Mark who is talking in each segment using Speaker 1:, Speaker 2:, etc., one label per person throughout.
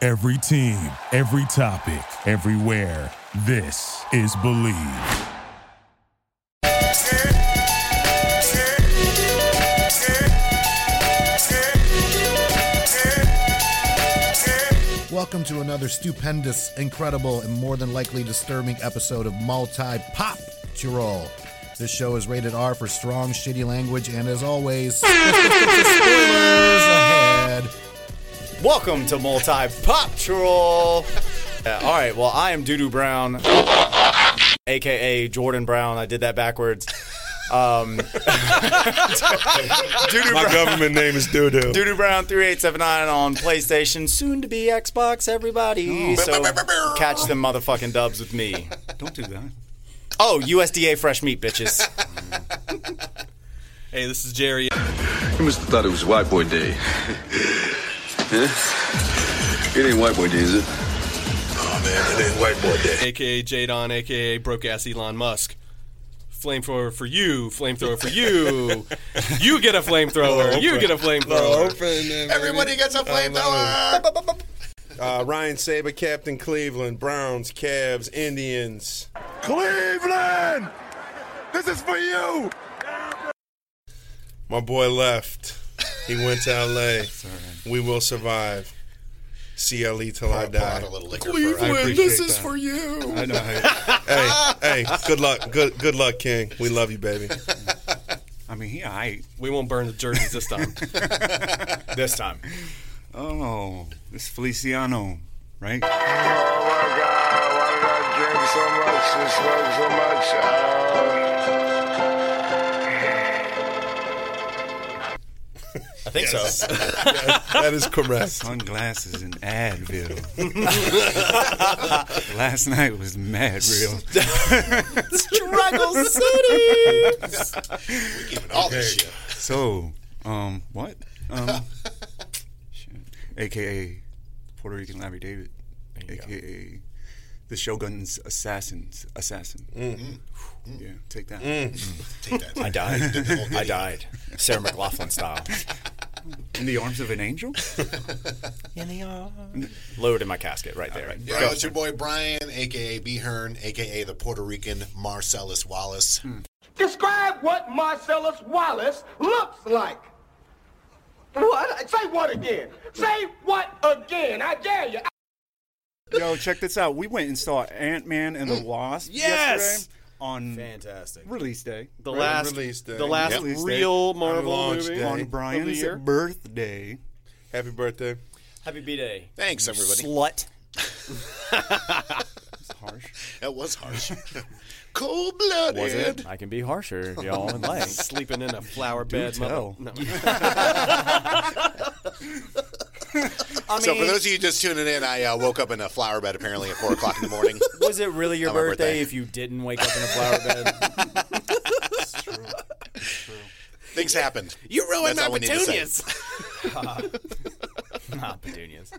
Speaker 1: Every team, every topic, everywhere. This is Believe.
Speaker 2: Welcome to another stupendous, incredible, and more than likely disturbing episode of Multi Pop Chirol. This show is rated R for strong, shitty language, and as always, spoilers ahead.
Speaker 3: Welcome to Multi Pop Troll. Yeah, all right, well, I am Doodoo Brown, aka Jordan Brown. I did that backwards. Um, Doodoo
Speaker 4: My
Speaker 3: Brown.
Speaker 4: government name is Doo Doo.
Speaker 3: Doodoo Brown 3879 on PlayStation, soon to be Xbox, everybody. So catch them motherfucking dubs with me.
Speaker 5: Don't do that.
Speaker 3: Oh, USDA fresh meat, bitches.
Speaker 5: Hey, this is Jerry.
Speaker 6: You must have thought it was White Boy Day. Huh? It ain't White Boy Day, is it? Oh man, it ain't White Boy Day.
Speaker 5: aka Jadon, aka broke ass Elon Musk. Flamethrower for you, flamethrower for you. you get a flamethrower, you get a flamethrower.
Speaker 2: Everybody gets a flamethrower.
Speaker 4: Uh, Ryan Saber, Captain Cleveland, Browns, Cavs, Indians.
Speaker 7: Cleveland! This is for you!
Speaker 4: My boy left. He went to L.A. We will survive. CLE till I die. Cleveland, this is for you. I know. Hey, hey, good luck, good good luck, King. We love you, baby.
Speaker 5: I mean, yeah, I. We won't burn the jerseys this time.
Speaker 3: this time.
Speaker 7: Oh, this Feliciano, right?
Speaker 3: I think so.
Speaker 4: That is correct.
Speaker 7: Sunglasses in Advil. Last night was mad real.
Speaker 3: Struggle City.
Speaker 7: So, um, what? Um, shit. AKA Puerto Rican Larry David. AKA the Shogun's assassins. Assassin. Yeah, take that.
Speaker 3: I died. I died. Sarah McLaughlin style.
Speaker 7: In the arms of an angel?
Speaker 3: Lowered in my casket right there.
Speaker 8: Yo, it's your boy Brian, aka B Hearn, aka the Puerto Rican Marcellus Wallace.
Speaker 3: Hmm.
Speaker 9: Describe what Marcellus Wallace looks like. What? Say what again? Say what again? I dare you.
Speaker 7: Yo, check this out. We went and saw Ant Man and the
Speaker 4: Mm.
Speaker 7: Wasp
Speaker 3: Yes!
Speaker 7: yesterday on
Speaker 3: Fantastic.
Speaker 7: release day.
Speaker 3: The last,
Speaker 4: Release day.
Speaker 3: the last
Speaker 7: Yep. Release day.
Speaker 3: real Marvel
Speaker 4: launch
Speaker 3: movie
Speaker 4: day.
Speaker 7: On
Speaker 4: of
Speaker 3: of the
Speaker 7: Brian's
Speaker 3: year.
Speaker 7: birthday.
Speaker 4: Happy birthday.
Speaker 3: Happy B Day.
Speaker 8: Thanks, everybody.
Speaker 3: Slut.
Speaker 8: That was harsh. Cold blooded.
Speaker 3: Was it? I can be harsher if y'all would like.
Speaker 5: Sleeping in a flower bed.
Speaker 7: tell.
Speaker 5: no.
Speaker 3: I
Speaker 8: So, for
Speaker 3: mean,
Speaker 8: those of you just tuning in, I uh, woke up in a flower bed apparently at 4 o'clock in the morning.
Speaker 3: was it really your
Speaker 8: Not my
Speaker 3: birthday,
Speaker 8: birthday.
Speaker 3: if you didn't wake up in a flower bed?
Speaker 8: Things happened.
Speaker 3: you ruined
Speaker 8: That's all we need to say.
Speaker 3: Not petunias.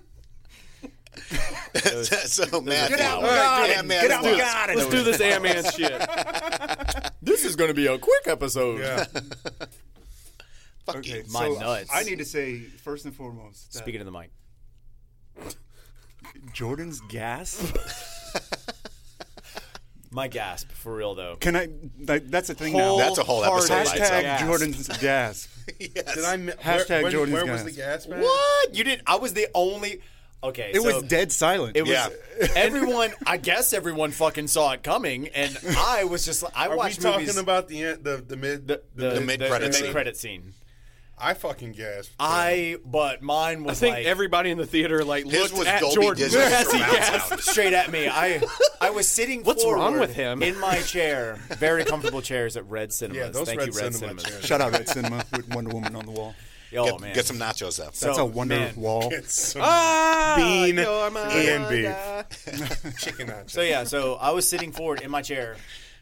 Speaker 8: so, Matt,
Speaker 3: Get out,
Speaker 8: All
Speaker 3: God.
Speaker 8: yeah, Matt,
Speaker 3: Get
Speaker 8: let's
Speaker 3: out,
Speaker 8: do it.
Speaker 3: God. Let's do this Ant Man shit. This is going to be a quick episode.
Speaker 4: Yeah.
Speaker 8: Fuck
Speaker 7: Okay,
Speaker 8: you.
Speaker 3: My
Speaker 7: so
Speaker 3: nuts.
Speaker 7: I need to say first and foremost. That
Speaker 3: Speaking of the mic.
Speaker 7: Jordan's gas.
Speaker 3: My gasp, for real though.
Speaker 7: Can I? That, that's a thing now.
Speaker 8: That's a whole episode by
Speaker 3: Wholehearted
Speaker 7: Hashtag
Speaker 8: itself.
Speaker 3: gas.
Speaker 7: Jordan's gas.
Speaker 4: Did I mi-
Speaker 7: Hashtag
Speaker 4: when-
Speaker 7: Jordan's
Speaker 4: Where was
Speaker 7: gas.
Speaker 4: the gas man?
Speaker 3: What? You didn't? I was the only. Okay.
Speaker 7: It
Speaker 3: so
Speaker 7: was dead silent.
Speaker 3: It was
Speaker 8: Yeah.
Speaker 3: everyone. I guess everyone fucking saw it coming, and I was just. like- I
Speaker 4: Are we
Speaker 3: watched
Speaker 4: talking
Speaker 3: movies.
Speaker 4: about the end, the the mid the,
Speaker 3: the
Speaker 8: mid-credit
Speaker 3: the
Speaker 8: scene.
Speaker 3: mid-credit scene.
Speaker 4: I fucking gasped.
Speaker 3: I but mine
Speaker 5: I
Speaker 3: was
Speaker 5: think
Speaker 3: like
Speaker 5: everybody in the theater like
Speaker 8: His
Speaker 5: looked
Speaker 8: was
Speaker 5: at
Speaker 8: Dolby
Speaker 5: Jordan.
Speaker 8: Digital
Speaker 5: Yes, he
Speaker 8: surround
Speaker 5: gasped.
Speaker 8: sound.
Speaker 3: straight at me. I I was sitting.
Speaker 5: What's wrong
Speaker 3: forward
Speaker 5: with him?
Speaker 3: In my chair, very comfortable chairs at Red Cinemas.
Speaker 4: Yeah, those
Speaker 3: Thank
Speaker 4: red
Speaker 3: you, Red
Speaker 4: cinema
Speaker 3: Cinemas.
Speaker 4: chairs.
Speaker 7: Shout out Red Cinema with Wonder Woman on the wall.
Speaker 3: Oh
Speaker 8: Get,
Speaker 3: man,
Speaker 8: get some nachos, though.
Speaker 7: That's
Speaker 3: So,
Speaker 7: a wonder
Speaker 3: man.
Speaker 7: wall.
Speaker 4: It's
Speaker 5: Bean
Speaker 4: and beef. Chicken nachos.
Speaker 3: So yeah, so I was sitting forward in my chair,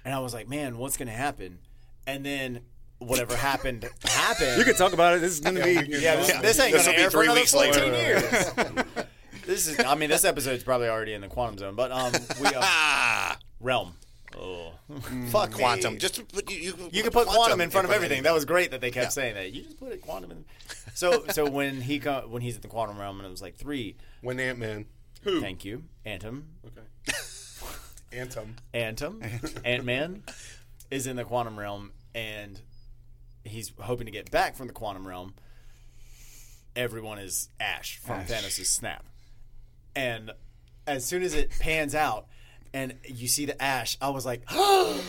Speaker 3: and I was like, "Man, what's gonna happen?" And then whatever happened happened.
Speaker 7: You can talk about it. This is gonna be.
Speaker 3: yeah, this, this ain't
Speaker 8: This'll
Speaker 3: gonna
Speaker 8: be
Speaker 3: air for
Speaker 8: three
Speaker 3: another
Speaker 8: weeks later.
Speaker 3: fourteen years. this is. I mean, this episode's probably already in the quantum zone, but um, we uh,
Speaker 8: Ah,
Speaker 3: realm. Oh, fuck me.
Speaker 8: quantum. Just put, you,
Speaker 3: You can put quantum in front of
Speaker 8: front
Speaker 3: everything. That was great that they kept saying that. You just put it quantum in. So so when he co- when he's in the quantum realm and it was like three.
Speaker 4: When Ant Man,
Speaker 3: Thank you, Antum,
Speaker 4: Anthem,
Speaker 3: Antum, Ant Man, is in the quantum realm and he's hoping to get back from the quantum realm. Everyone is Ash from Thanos' snap, and as soon as it pans out. And you see the ash. I was like, yeah,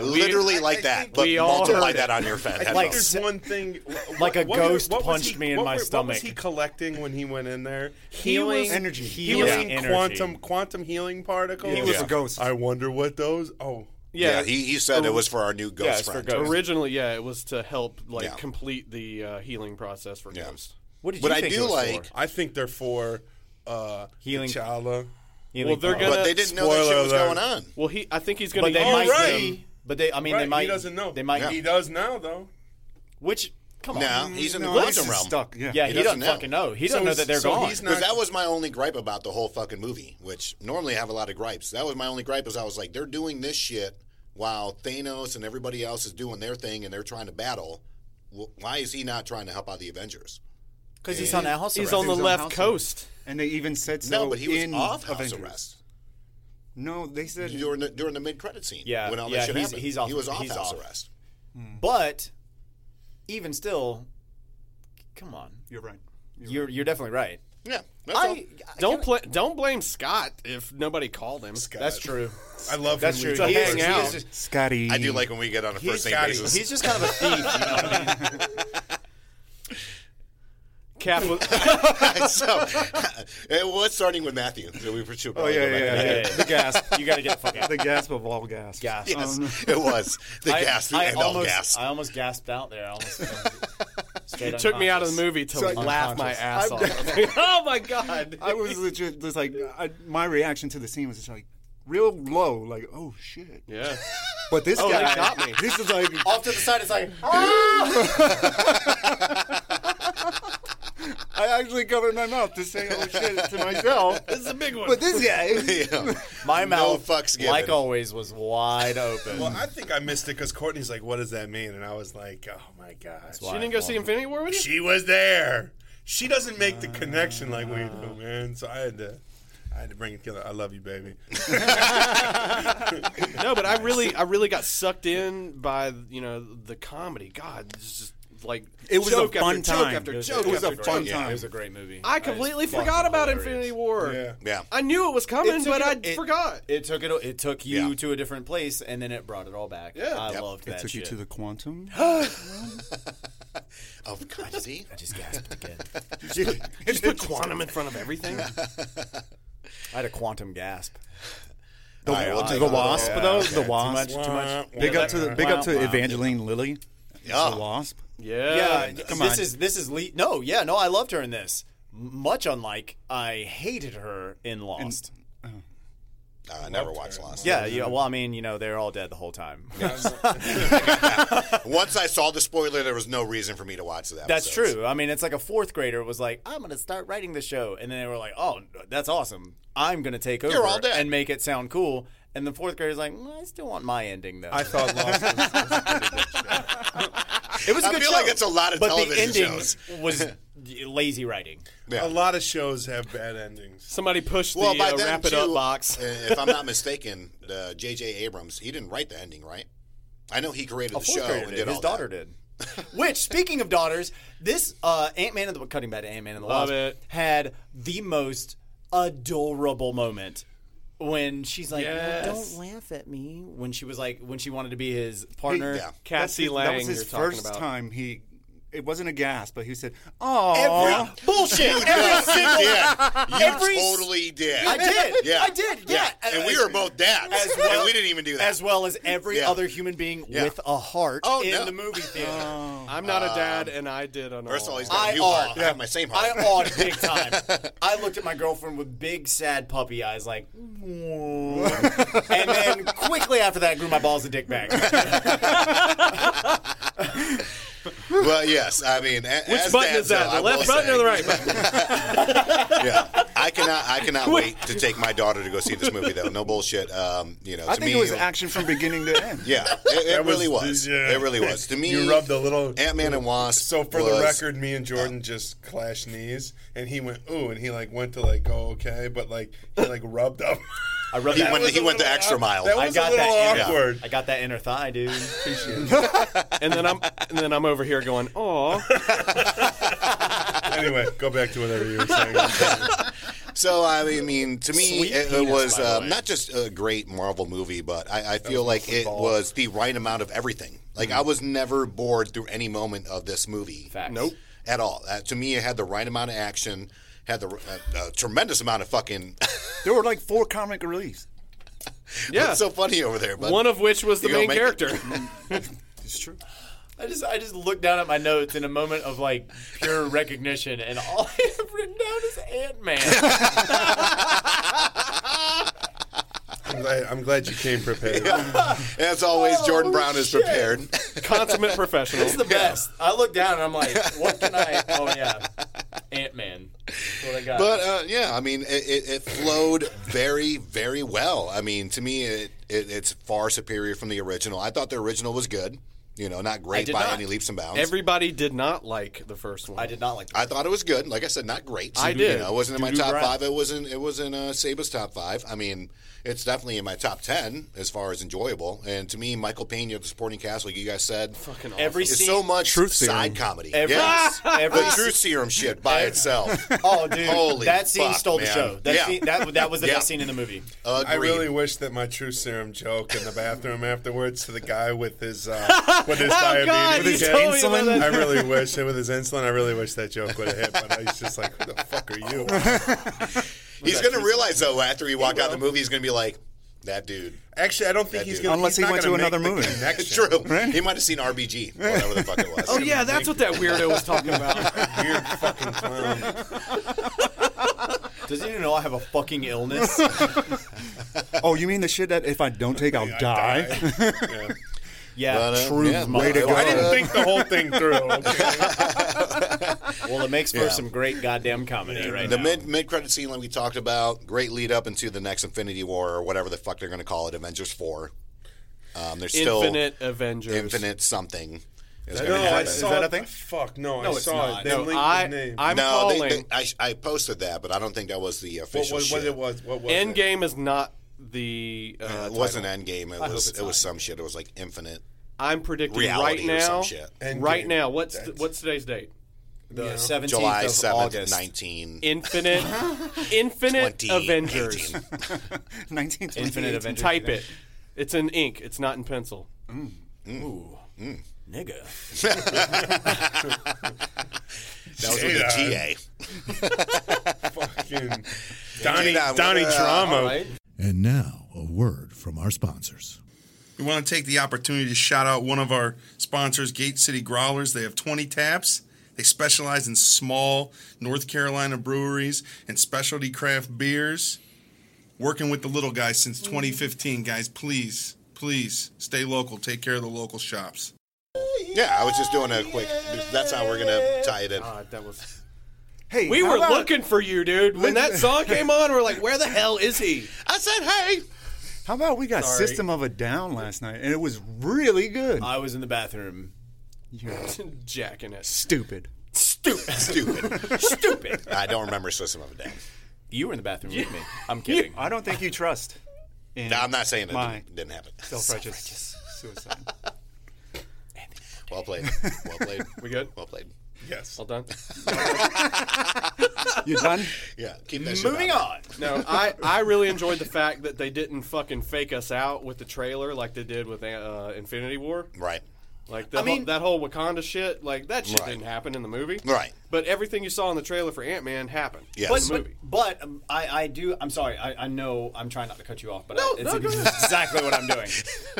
Speaker 3: we-
Speaker 8: Literally like that, but
Speaker 3: we all
Speaker 8: multiply
Speaker 3: heard it.
Speaker 8: that on your fed.
Speaker 3: Like,
Speaker 4: There's
Speaker 3: se-
Speaker 4: one thing.
Speaker 3: like a
Speaker 4: was-
Speaker 3: ghost
Speaker 4: was
Speaker 3: punched
Speaker 4: he-
Speaker 3: me in
Speaker 4: what
Speaker 3: my
Speaker 4: were- What was
Speaker 3: stomach.
Speaker 4: he collecting when he went in there?
Speaker 3: Healing
Speaker 4: he was,
Speaker 3: energy.
Speaker 4: He was
Speaker 3: Healing
Speaker 4: in
Speaker 3: energy.
Speaker 4: quantum quantum healing particles.
Speaker 3: He was a Yeah. ghost.
Speaker 4: I wonder what those. Oh,
Speaker 8: yeah, he, he said it was for our new ghost
Speaker 3: Yeah, it's for
Speaker 8: friend.
Speaker 3: ghosts.
Speaker 5: Originally, yeah, it was to help like
Speaker 8: Yeah.
Speaker 5: complete the uh, healing process for ghosts.
Speaker 3: What did
Speaker 8: But
Speaker 3: you
Speaker 8: I
Speaker 3: think
Speaker 8: do
Speaker 3: it was
Speaker 8: like-
Speaker 3: for?
Speaker 4: I think they're for uh,
Speaker 3: Healing-
Speaker 4: T'Challa.
Speaker 3: Healing
Speaker 5: Well, they're
Speaker 3: power.
Speaker 5: gonna.
Speaker 8: But they didn't know that
Speaker 4: Spoiler
Speaker 8: shit was
Speaker 4: alert.
Speaker 8: going on.
Speaker 5: Well, he. I think he's gonna.
Speaker 3: but they
Speaker 5: use-
Speaker 3: might.
Speaker 4: right.
Speaker 3: be- But they. I mean,
Speaker 4: Right,
Speaker 3: they might.
Speaker 4: he doesn't know.
Speaker 3: They might.
Speaker 8: Yeah.
Speaker 4: He does now though.
Speaker 3: Which come
Speaker 8: Now
Speaker 3: on.
Speaker 8: he's in the
Speaker 7: No, this
Speaker 8: quantum
Speaker 7: is
Speaker 8: realm.
Speaker 7: stuck. Yeah.
Speaker 3: Yeah,
Speaker 8: He
Speaker 3: he,
Speaker 8: doesn't
Speaker 3: doesn't,
Speaker 8: know.
Speaker 3: fucking know. He doesn't know
Speaker 4: he's-
Speaker 3: that they're
Speaker 4: so
Speaker 3: gone.
Speaker 4: he's not-
Speaker 8: Because that was my only gripe about the whole fucking movie, which normally I have a lot of gripes. That was my only gripe is I was like, they're doing this shit while Thanos and everybody else is doing their thing and they're trying to battle. Well, why is he not trying to help out the Avengers?
Speaker 3: Because he's on a house
Speaker 5: He's
Speaker 3: arrest.
Speaker 5: on the
Speaker 7: He was on
Speaker 5: left
Speaker 7: house
Speaker 5: coast.
Speaker 7: And they even said so.
Speaker 8: No, but he was
Speaker 7: in
Speaker 8: off house
Speaker 7: Avengers.
Speaker 8: arrest
Speaker 7: No, they said
Speaker 8: during the, during the mid credit scene.
Speaker 3: Yeah,
Speaker 8: when all
Speaker 3: yeah,
Speaker 8: that shit
Speaker 3: he's-
Speaker 8: happened,
Speaker 3: he's off-
Speaker 8: he was off
Speaker 3: he's
Speaker 8: house
Speaker 3: off.
Speaker 8: arrest.
Speaker 3: But even still, come on.
Speaker 7: you're right.
Speaker 3: You're you're definitely right.
Speaker 8: Yeah, that's all.
Speaker 3: I, I
Speaker 5: Don't pla don't blame Scott if nobody called him.
Speaker 3: That's true.
Speaker 4: I love
Speaker 3: That's
Speaker 4: him.
Speaker 3: true.
Speaker 4: He's
Speaker 3: He is-
Speaker 5: hang
Speaker 3: he
Speaker 7: Oh,
Speaker 3: is
Speaker 5: out.
Speaker 3: just-
Speaker 7: Scotty.
Speaker 8: I do like when we get on a first name
Speaker 4: Scotty.
Speaker 8: basis.
Speaker 3: He's just kind of a thief. You know what I mean?
Speaker 5: Cap was,
Speaker 8: so it was starting with Matthew. So we should
Speaker 7: Oh
Speaker 8: probably
Speaker 7: yeah,
Speaker 8: go
Speaker 7: yeah,
Speaker 8: back to that.
Speaker 7: yeah.
Speaker 3: Yeah, yeah,
Speaker 7: The gasp.
Speaker 3: You got to get the fuck out.
Speaker 7: The gasp of all gasp.
Speaker 3: Gasp.
Speaker 8: Yes,
Speaker 7: Um,
Speaker 8: it was the
Speaker 3: I-
Speaker 8: gas.
Speaker 3: I
Speaker 8: and all
Speaker 3: almost,
Speaker 8: gas.
Speaker 3: I almost gasped out there. I almost straight
Speaker 5: took me out of the
Speaker 3: unconscious.
Speaker 5: movie to laugh my ass off. oh my god!
Speaker 7: I was legit just like I, my reaction to the scene was just like real low, like oh shit.
Speaker 5: yeah.
Speaker 7: But this
Speaker 5: they
Speaker 7: guy,
Speaker 5: got me.
Speaker 7: this is like
Speaker 3: Off to the side, it's like
Speaker 7: I actually covered my mouth to say oh shit to myself.
Speaker 5: This is a big one.
Speaker 7: But this guy,
Speaker 8: Yeah.
Speaker 3: my mouth,
Speaker 8: fucks given.
Speaker 3: like always, was wide open.
Speaker 4: Well, I think I missed it because Courtney's like, "What does that mean?" And I was like, "Oh my god,
Speaker 5: you didn't go see Infinity War with you?
Speaker 4: she was there." She doesn't make the connection like we do, man. So I had to, I had to bring it together. I love you, baby.
Speaker 5: No, but I really, I really got sucked in by you know the comedy. God, this is just like
Speaker 7: It was a
Speaker 5: joke
Speaker 7: fun
Speaker 5: after
Speaker 7: time.
Speaker 5: joke after
Speaker 7: It was-
Speaker 5: joke.
Speaker 7: it was a
Speaker 5: after
Speaker 7: fun
Speaker 5: joke.
Speaker 7: time.
Speaker 3: It was a great movie.
Speaker 5: I completely
Speaker 3: just fucking
Speaker 5: forgot about
Speaker 3: hilarious.
Speaker 5: Infinity War.
Speaker 4: Yeah.
Speaker 8: yeah.
Speaker 5: I knew it was coming,
Speaker 3: It took
Speaker 5: but I
Speaker 3: it- it-
Speaker 5: forgot.
Speaker 3: It took it. It took you
Speaker 8: Yeah.
Speaker 3: to a different place, and then it brought it all back.
Speaker 5: Yeah.
Speaker 3: I
Speaker 8: Yep.
Speaker 3: loved that.
Speaker 7: it took you
Speaker 3: shit.
Speaker 7: to the quantum.
Speaker 8: Of Oh, God, see?
Speaker 3: I just gasped again.
Speaker 5: Just put quantum in front of everything.
Speaker 3: I had a quantum gasp.
Speaker 7: The,
Speaker 8: right, we'll take
Speaker 7: the
Speaker 8: all
Speaker 7: wasp,
Speaker 8: that.
Speaker 7: though. The wasp.
Speaker 3: "Oh, Too much. Too much.
Speaker 7: Big up to the big up to
Speaker 3: Wow.
Speaker 7: Evangeline Lilly.
Speaker 8: Yeah.
Speaker 7: The wasp.
Speaker 3: Yeah,
Speaker 8: Oh,
Speaker 5: Yeah.
Speaker 7: Come
Speaker 3: this
Speaker 7: on.
Speaker 3: is this is Le- no, yeah, no, I loved her in this. M- Much unlike I hated her in Lost.
Speaker 8: Uh, I never watched Lost.
Speaker 3: yeah, yeah, well, I mean, you know, they're all dead the whole time.
Speaker 8: Once I saw the spoiler, there was no reason for me to watch that.
Speaker 3: that's true. I mean, it's like a fourth grader was like, "I'm going to start writing the show," and then they were like, "Oh, that's awesome! I'm going to take over
Speaker 8: all dead.
Speaker 3: and make it sound cool." And the fourth grader's like, "Mm, "I still want my ending though."
Speaker 4: I thought Lost was, was a pretty good show.
Speaker 3: it was a
Speaker 8: I
Speaker 3: good
Speaker 8: feel
Speaker 3: show,
Speaker 8: like it's a lot of
Speaker 3: but
Speaker 8: television
Speaker 3: the ending
Speaker 8: shows.
Speaker 3: was lazy writing.
Speaker 8: Yeah.
Speaker 4: A lot of shows have bad endings.
Speaker 5: Somebody pushed
Speaker 8: Well,
Speaker 5: the
Speaker 8: by
Speaker 5: uh,
Speaker 8: then,
Speaker 5: wrap it
Speaker 8: too,
Speaker 5: up box.
Speaker 8: uh, if I'm not mistaken, uh, J.J. Abrams, he didn't write the ending, right? I know he created
Speaker 3: A
Speaker 8: the
Speaker 3: fourth
Speaker 8: show
Speaker 3: grader
Speaker 8: and
Speaker 3: did.
Speaker 8: did
Speaker 3: His
Speaker 8: all
Speaker 3: daughter
Speaker 8: that.
Speaker 3: did. Which, speaking of daughters, this uh, Ant Man and the cutting back to Ant Man and the
Speaker 5: Love
Speaker 3: Wasp
Speaker 5: it.
Speaker 3: had the most adorable moment when she's like,
Speaker 5: Yes.
Speaker 3: "Don't laugh at me." When she was like, when she wanted to be his partner.
Speaker 8: Yeah.
Speaker 5: Cassie
Speaker 7: That's his-
Speaker 5: Lang.
Speaker 7: That was his
Speaker 5: you're talking
Speaker 7: first
Speaker 5: about.
Speaker 7: time he. It wasn't a gasp, but he said,
Speaker 3: Every
Speaker 7: "Oh,
Speaker 3: bullshit. every single.
Speaker 8: Yeah. You
Speaker 3: Every s-
Speaker 8: totally did.
Speaker 3: I did.
Speaker 8: Yeah.
Speaker 3: I did. Yeah.
Speaker 8: And we
Speaker 3: As-
Speaker 8: were both that.
Speaker 3: as well-
Speaker 8: and we didn't even do that.
Speaker 3: As well as every
Speaker 8: Yeah.
Speaker 3: other human being
Speaker 8: Yeah.
Speaker 3: with a heart
Speaker 8: Oh,
Speaker 3: in
Speaker 8: no. Oh.
Speaker 3: the movie theater.
Speaker 5: I'm not a dad, and I did on
Speaker 8: Um, First of all, he's
Speaker 3: I
Speaker 8: got a new
Speaker 3: awed.
Speaker 8: heart. I have my same heart.
Speaker 3: I awed big time. I looked at my girlfriend with big sad puppy eyes, like, "Whoa." and then quickly after that, grew my balls and dick back.
Speaker 8: Well, yes. I mean, a-
Speaker 5: Which
Speaker 8: as
Speaker 5: button
Speaker 8: dads,
Speaker 5: is that?
Speaker 8: though, I
Speaker 5: The left
Speaker 8: will
Speaker 5: button or the
Speaker 8: say-
Speaker 5: right button?
Speaker 8: yeah, I can cannot. I cannot wait to take my daughter to go see this movie, though. No bullshit. Um, you know,
Speaker 7: I
Speaker 8: to
Speaker 7: think
Speaker 8: me,
Speaker 7: it was action from beginning to end.
Speaker 8: Yeah, it, it
Speaker 4: That was-
Speaker 8: really was.
Speaker 4: yeah.
Speaker 8: It really was. To me,
Speaker 4: You rubbed a little-
Speaker 8: Ant Man and Wasp.
Speaker 4: So for
Speaker 8: was-
Speaker 4: the record, me and Jordan just clashed knees, and he went ooh, and he like went to like go okay, but like he like rubbed up.
Speaker 3: I rubbed
Speaker 8: he
Speaker 3: that
Speaker 8: went.
Speaker 3: was
Speaker 8: He
Speaker 3: a
Speaker 8: went the
Speaker 4: little
Speaker 8: extra
Speaker 4: out-
Speaker 8: mile.
Speaker 4: that
Speaker 8: I-
Speaker 3: I
Speaker 4: was
Speaker 3: got
Speaker 4: a little
Speaker 3: that inner,
Speaker 4: awkward.
Speaker 3: I got that inner thigh, dude.
Speaker 5: and then I'm and then I'm over here going, oh,
Speaker 4: anyway, go back to whatever you were saying.
Speaker 8: So I mean- I mean, to me,
Speaker 3: Sweet
Speaker 8: it, it
Speaker 3: penis,
Speaker 8: was
Speaker 3: by the
Speaker 8: um,
Speaker 3: way.
Speaker 8: not just a great Marvel movie, but I, I feel like it was the right amount of everything. Like
Speaker 4: Mm-hmm.
Speaker 8: I was never bored through any moment of this movie.
Speaker 3: Facts.
Speaker 5: Nope.
Speaker 8: At all. Uh, to me, it had the right amount of action. Had the uh, uh, tremendous amount of fucking.
Speaker 7: There were like four comic reliefs.
Speaker 5: yeah.
Speaker 8: it's so funny over there. But
Speaker 5: one of which was the
Speaker 8: You gonna make
Speaker 5: main
Speaker 8: it?
Speaker 5: character.
Speaker 7: It's true.
Speaker 3: I just I just looked down at my notes in a moment of like pure recognition, and all I have written down is Ant Man.
Speaker 4: I'm glad, I'm glad you came prepared.
Speaker 8: as always, Jordan Brown is
Speaker 3: Oh,
Speaker 8: prepared.
Speaker 5: Consummate professional.
Speaker 3: It's the best. I look down and I'm like, what can I? Oh yeah, Ant Man. That's what I got.
Speaker 8: But uh, yeah, I mean, it, it, it flowed very, very well. I mean, to me, it, it it's far superior from the original. I thought the original was good. You know, not
Speaker 3: I
Speaker 8: great
Speaker 3: did
Speaker 8: by
Speaker 3: not.
Speaker 8: any leaps and bounds.
Speaker 5: Everybody did not like the first one.
Speaker 3: I did not like. That.
Speaker 8: I thought it was good. Like I said, not great.
Speaker 5: I
Speaker 8: You
Speaker 5: did.
Speaker 8: know, it wasn't in my
Speaker 3: Doo-doo
Speaker 8: top
Speaker 3: brown.
Speaker 8: five. It wasn't. It wasn't uh, Saba's top five. I mean, it's definitely in my top ten as far as enjoyable. And to me, Michael Pena, the supporting cast, like you guys said, fucking
Speaker 3: Every
Speaker 8: is
Speaker 3: scene,
Speaker 8: so much
Speaker 4: Truth
Speaker 8: side
Speaker 4: serum.
Speaker 8: comedy.
Speaker 3: Every-
Speaker 8: yes,
Speaker 3: every
Speaker 8: the truth serum shit by itself.
Speaker 3: Oh, dude,
Speaker 8: Holy
Speaker 3: that scene
Speaker 8: fuck,
Speaker 3: stole the
Speaker 8: man.
Speaker 3: show. That
Speaker 8: Yeah.
Speaker 3: scene, that that was the
Speaker 8: Yeah.
Speaker 3: best scene in the movie.
Speaker 8: Agreed.
Speaker 4: I really wish that my true serum joke in the bathroom afterwards to the guy with his uh, with his diabetes
Speaker 5: God, you
Speaker 4: kid.
Speaker 5: told me about that.
Speaker 4: I really wish it with his insulin. I really wish that joke would have hit, but I was just like, "Who the fuck are you?"
Speaker 8: He's gonna realize though after he walk out the movie, he's gonna be like, "That dude."
Speaker 4: Actually, I don't think
Speaker 8: That
Speaker 4: he's
Speaker 8: dude.
Speaker 4: gonna.
Speaker 7: Unless
Speaker 4: he's
Speaker 7: he
Speaker 4: not
Speaker 7: went
Speaker 4: gonna
Speaker 7: to
Speaker 4: make
Speaker 7: another
Speaker 4: the
Speaker 7: movie.
Speaker 4: connection.
Speaker 8: It's true. He might have seen RBG, whatever the fuck it was.
Speaker 5: Oh yeah, that's what that weirdo was talking about.
Speaker 4: Weird fucking clown.
Speaker 3: Does he even know I have a fucking illness?
Speaker 7: Oh, you mean the shit that if I don't take, I'll die?
Speaker 4: Yeah.
Speaker 3: Yeah,
Speaker 8: But, uh,
Speaker 3: true.
Speaker 8: yeah,
Speaker 7: way to
Speaker 8: it
Speaker 7: go.
Speaker 8: was,
Speaker 4: I didn't
Speaker 8: uh,
Speaker 4: think the whole thing through. Okay.
Speaker 3: Well, it makes for some great goddamn comedy, right?
Speaker 8: the
Speaker 3: now.
Speaker 8: mid mid credit scene like we talked about, great lead up into the next Infinity War or whatever the fuck they're gonna call it, Avengers Four. Um, there's still
Speaker 5: Infinite Avengers.
Speaker 8: infinite something is
Speaker 4: No,
Speaker 8: gonna
Speaker 4: I
Speaker 8: happen.
Speaker 4: saw
Speaker 7: that a
Speaker 4: it.
Speaker 7: thing?
Speaker 4: Fuck no,
Speaker 3: No,
Speaker 4: I
Speaker 3: it's
Speaker 4: saw
Speaker 3: not.
Speaker 4: it. They
Speaker 5: No,
Speaker 4: linked
Speaker 5: I,
Speaker 4: the name.
Speaker 5: I'm
Speaker 8: no,
Speaker 5: calling.
Speaker 8: they, they, I, I posted that, but I don't think that was the
Speaker 4: what
Speaker 8: official
Speaker 4: was
Speaker 8: shit.
Speaker 4: what it was? What was it?
Speaker 5: Endgame is not the. Uh,
Speaker 8: It
Speaker 5: title.
Speaker 8: wasn't Endgame. It was
Speaker 5: it's
Speaker 8: it was
Speaker 5: not.
Speaker 8: some shit. It was like Infinite.
Speaker 5: I'm predicting
Speaker 8: Reality
Speaker 5: right
Speaker 8: or some
Speaker 5: now.
Speaker 8: shit.
Speaker 5: Right
Speaker 4: Endgame.
Speaker 5: now, what's th- what's today's date?
Speaker 3: the seventeenth
Speaker 8: July
Speaker 3: of
Speaker 8: seventh,
Speaker 3: August.
Speaker 8: nineteen.
Speaker 5: Infinite, Infinite
Speaker 8: 20,
Speaker 5: Avengers.
Speaker 7: 19,
Speaker 3: Infinite Avengers.
Speaker 5: Type it. It's in ink. It's not in pencil.
Speaker 3: nigga.
Speaker 8: That was with the
Speaker 4: Yeah.
Speaker 8: GA.
Speaker 4: Fucking Donnie,
Speaker 8: Yeah,
Speaker 4: Donnie
Speaker 8: well, uh,
Speaker 4: Drama.
Speaker 2: And now, a word from our sponsors.
Speaker 4: We want to take the opportunity to shout out one of our sponsors, Gate City Growlers. They have 20 taps. They specialize in small North Carolina breweries and specialty craft beers. Working with the little guys since 2015, guys, please, please stay local. Take care of the local shops.
Speaker 8: Yeah, I was just doing a quick. That's how we're gonna tie it in.
Speaker 5: that was.
Speaker 7: Hey,
Speaker 5: We
Speaker 7: how
Speaker 5: were
Speaker 7: about-
Speaker 5: looking for you, dude. When that song came on, we're like, "Where the hell is he?"
Speaker 8: I said, hey.
Speaker 7: How about we got
Speaker 5: Sorry.
Speaker 7: System of a Down last night, and it was really good.
Speaker 3: I was in the bathroom.
Speaker 5: Jacking it.
Speaker 7: Stupid.
Speaker 3: Stupid.
Speaker 8: Stupid.
Speaker 3: Stupid.
Speaker 8: I don't remember System of a Down.
Speaker 3: You were in the bathroom with me. I'm kidding.
Speaker 7: I don't think you trust. In
Speaker 8: No, I'm not saying it
Speaker 7: My
Speaker 8: didn't, didn't happen.
Speaker 7: self-righteous suicide.
Speaker 8: Well played. Well played.
Speaker 5: We good?
Speaker 8: Well played.
Speaker 4: Yes.
Speaker 5: All done.
Speaker 7: You done?
Speaker 8: Yeah. Keep that shit
Speaker 3: Moving
Speaker 8: out.
Speaker 3: on.
Speaker 5: No, I, I really enjoyed the fact that they didn't fucking fake us out with the trailer like they did with uh, Infinity War.
Speaker 8: Right.
Speaker 5: Like the whole,
Speaker 3: mean-
Speaker 5: that whole Wakanda shit, like that shit
Speaker 8: Right.
Speaker 5: didn't happen in the movie.
Speaker 8: Right.
Speaker 5: But everything you saw in the trailer for Ant Man happened.
Speaker 8: Yes.
Speaker 5: In the
Speaker 3: But,
Speaker 5: movie.
Speaker 3: but um, I, I do. I'm sorry. I, I know I'm trying not to cut you off, but I, it's
Speaker 5: no, go ahead.
Speaker 3: exactly what I'm doing.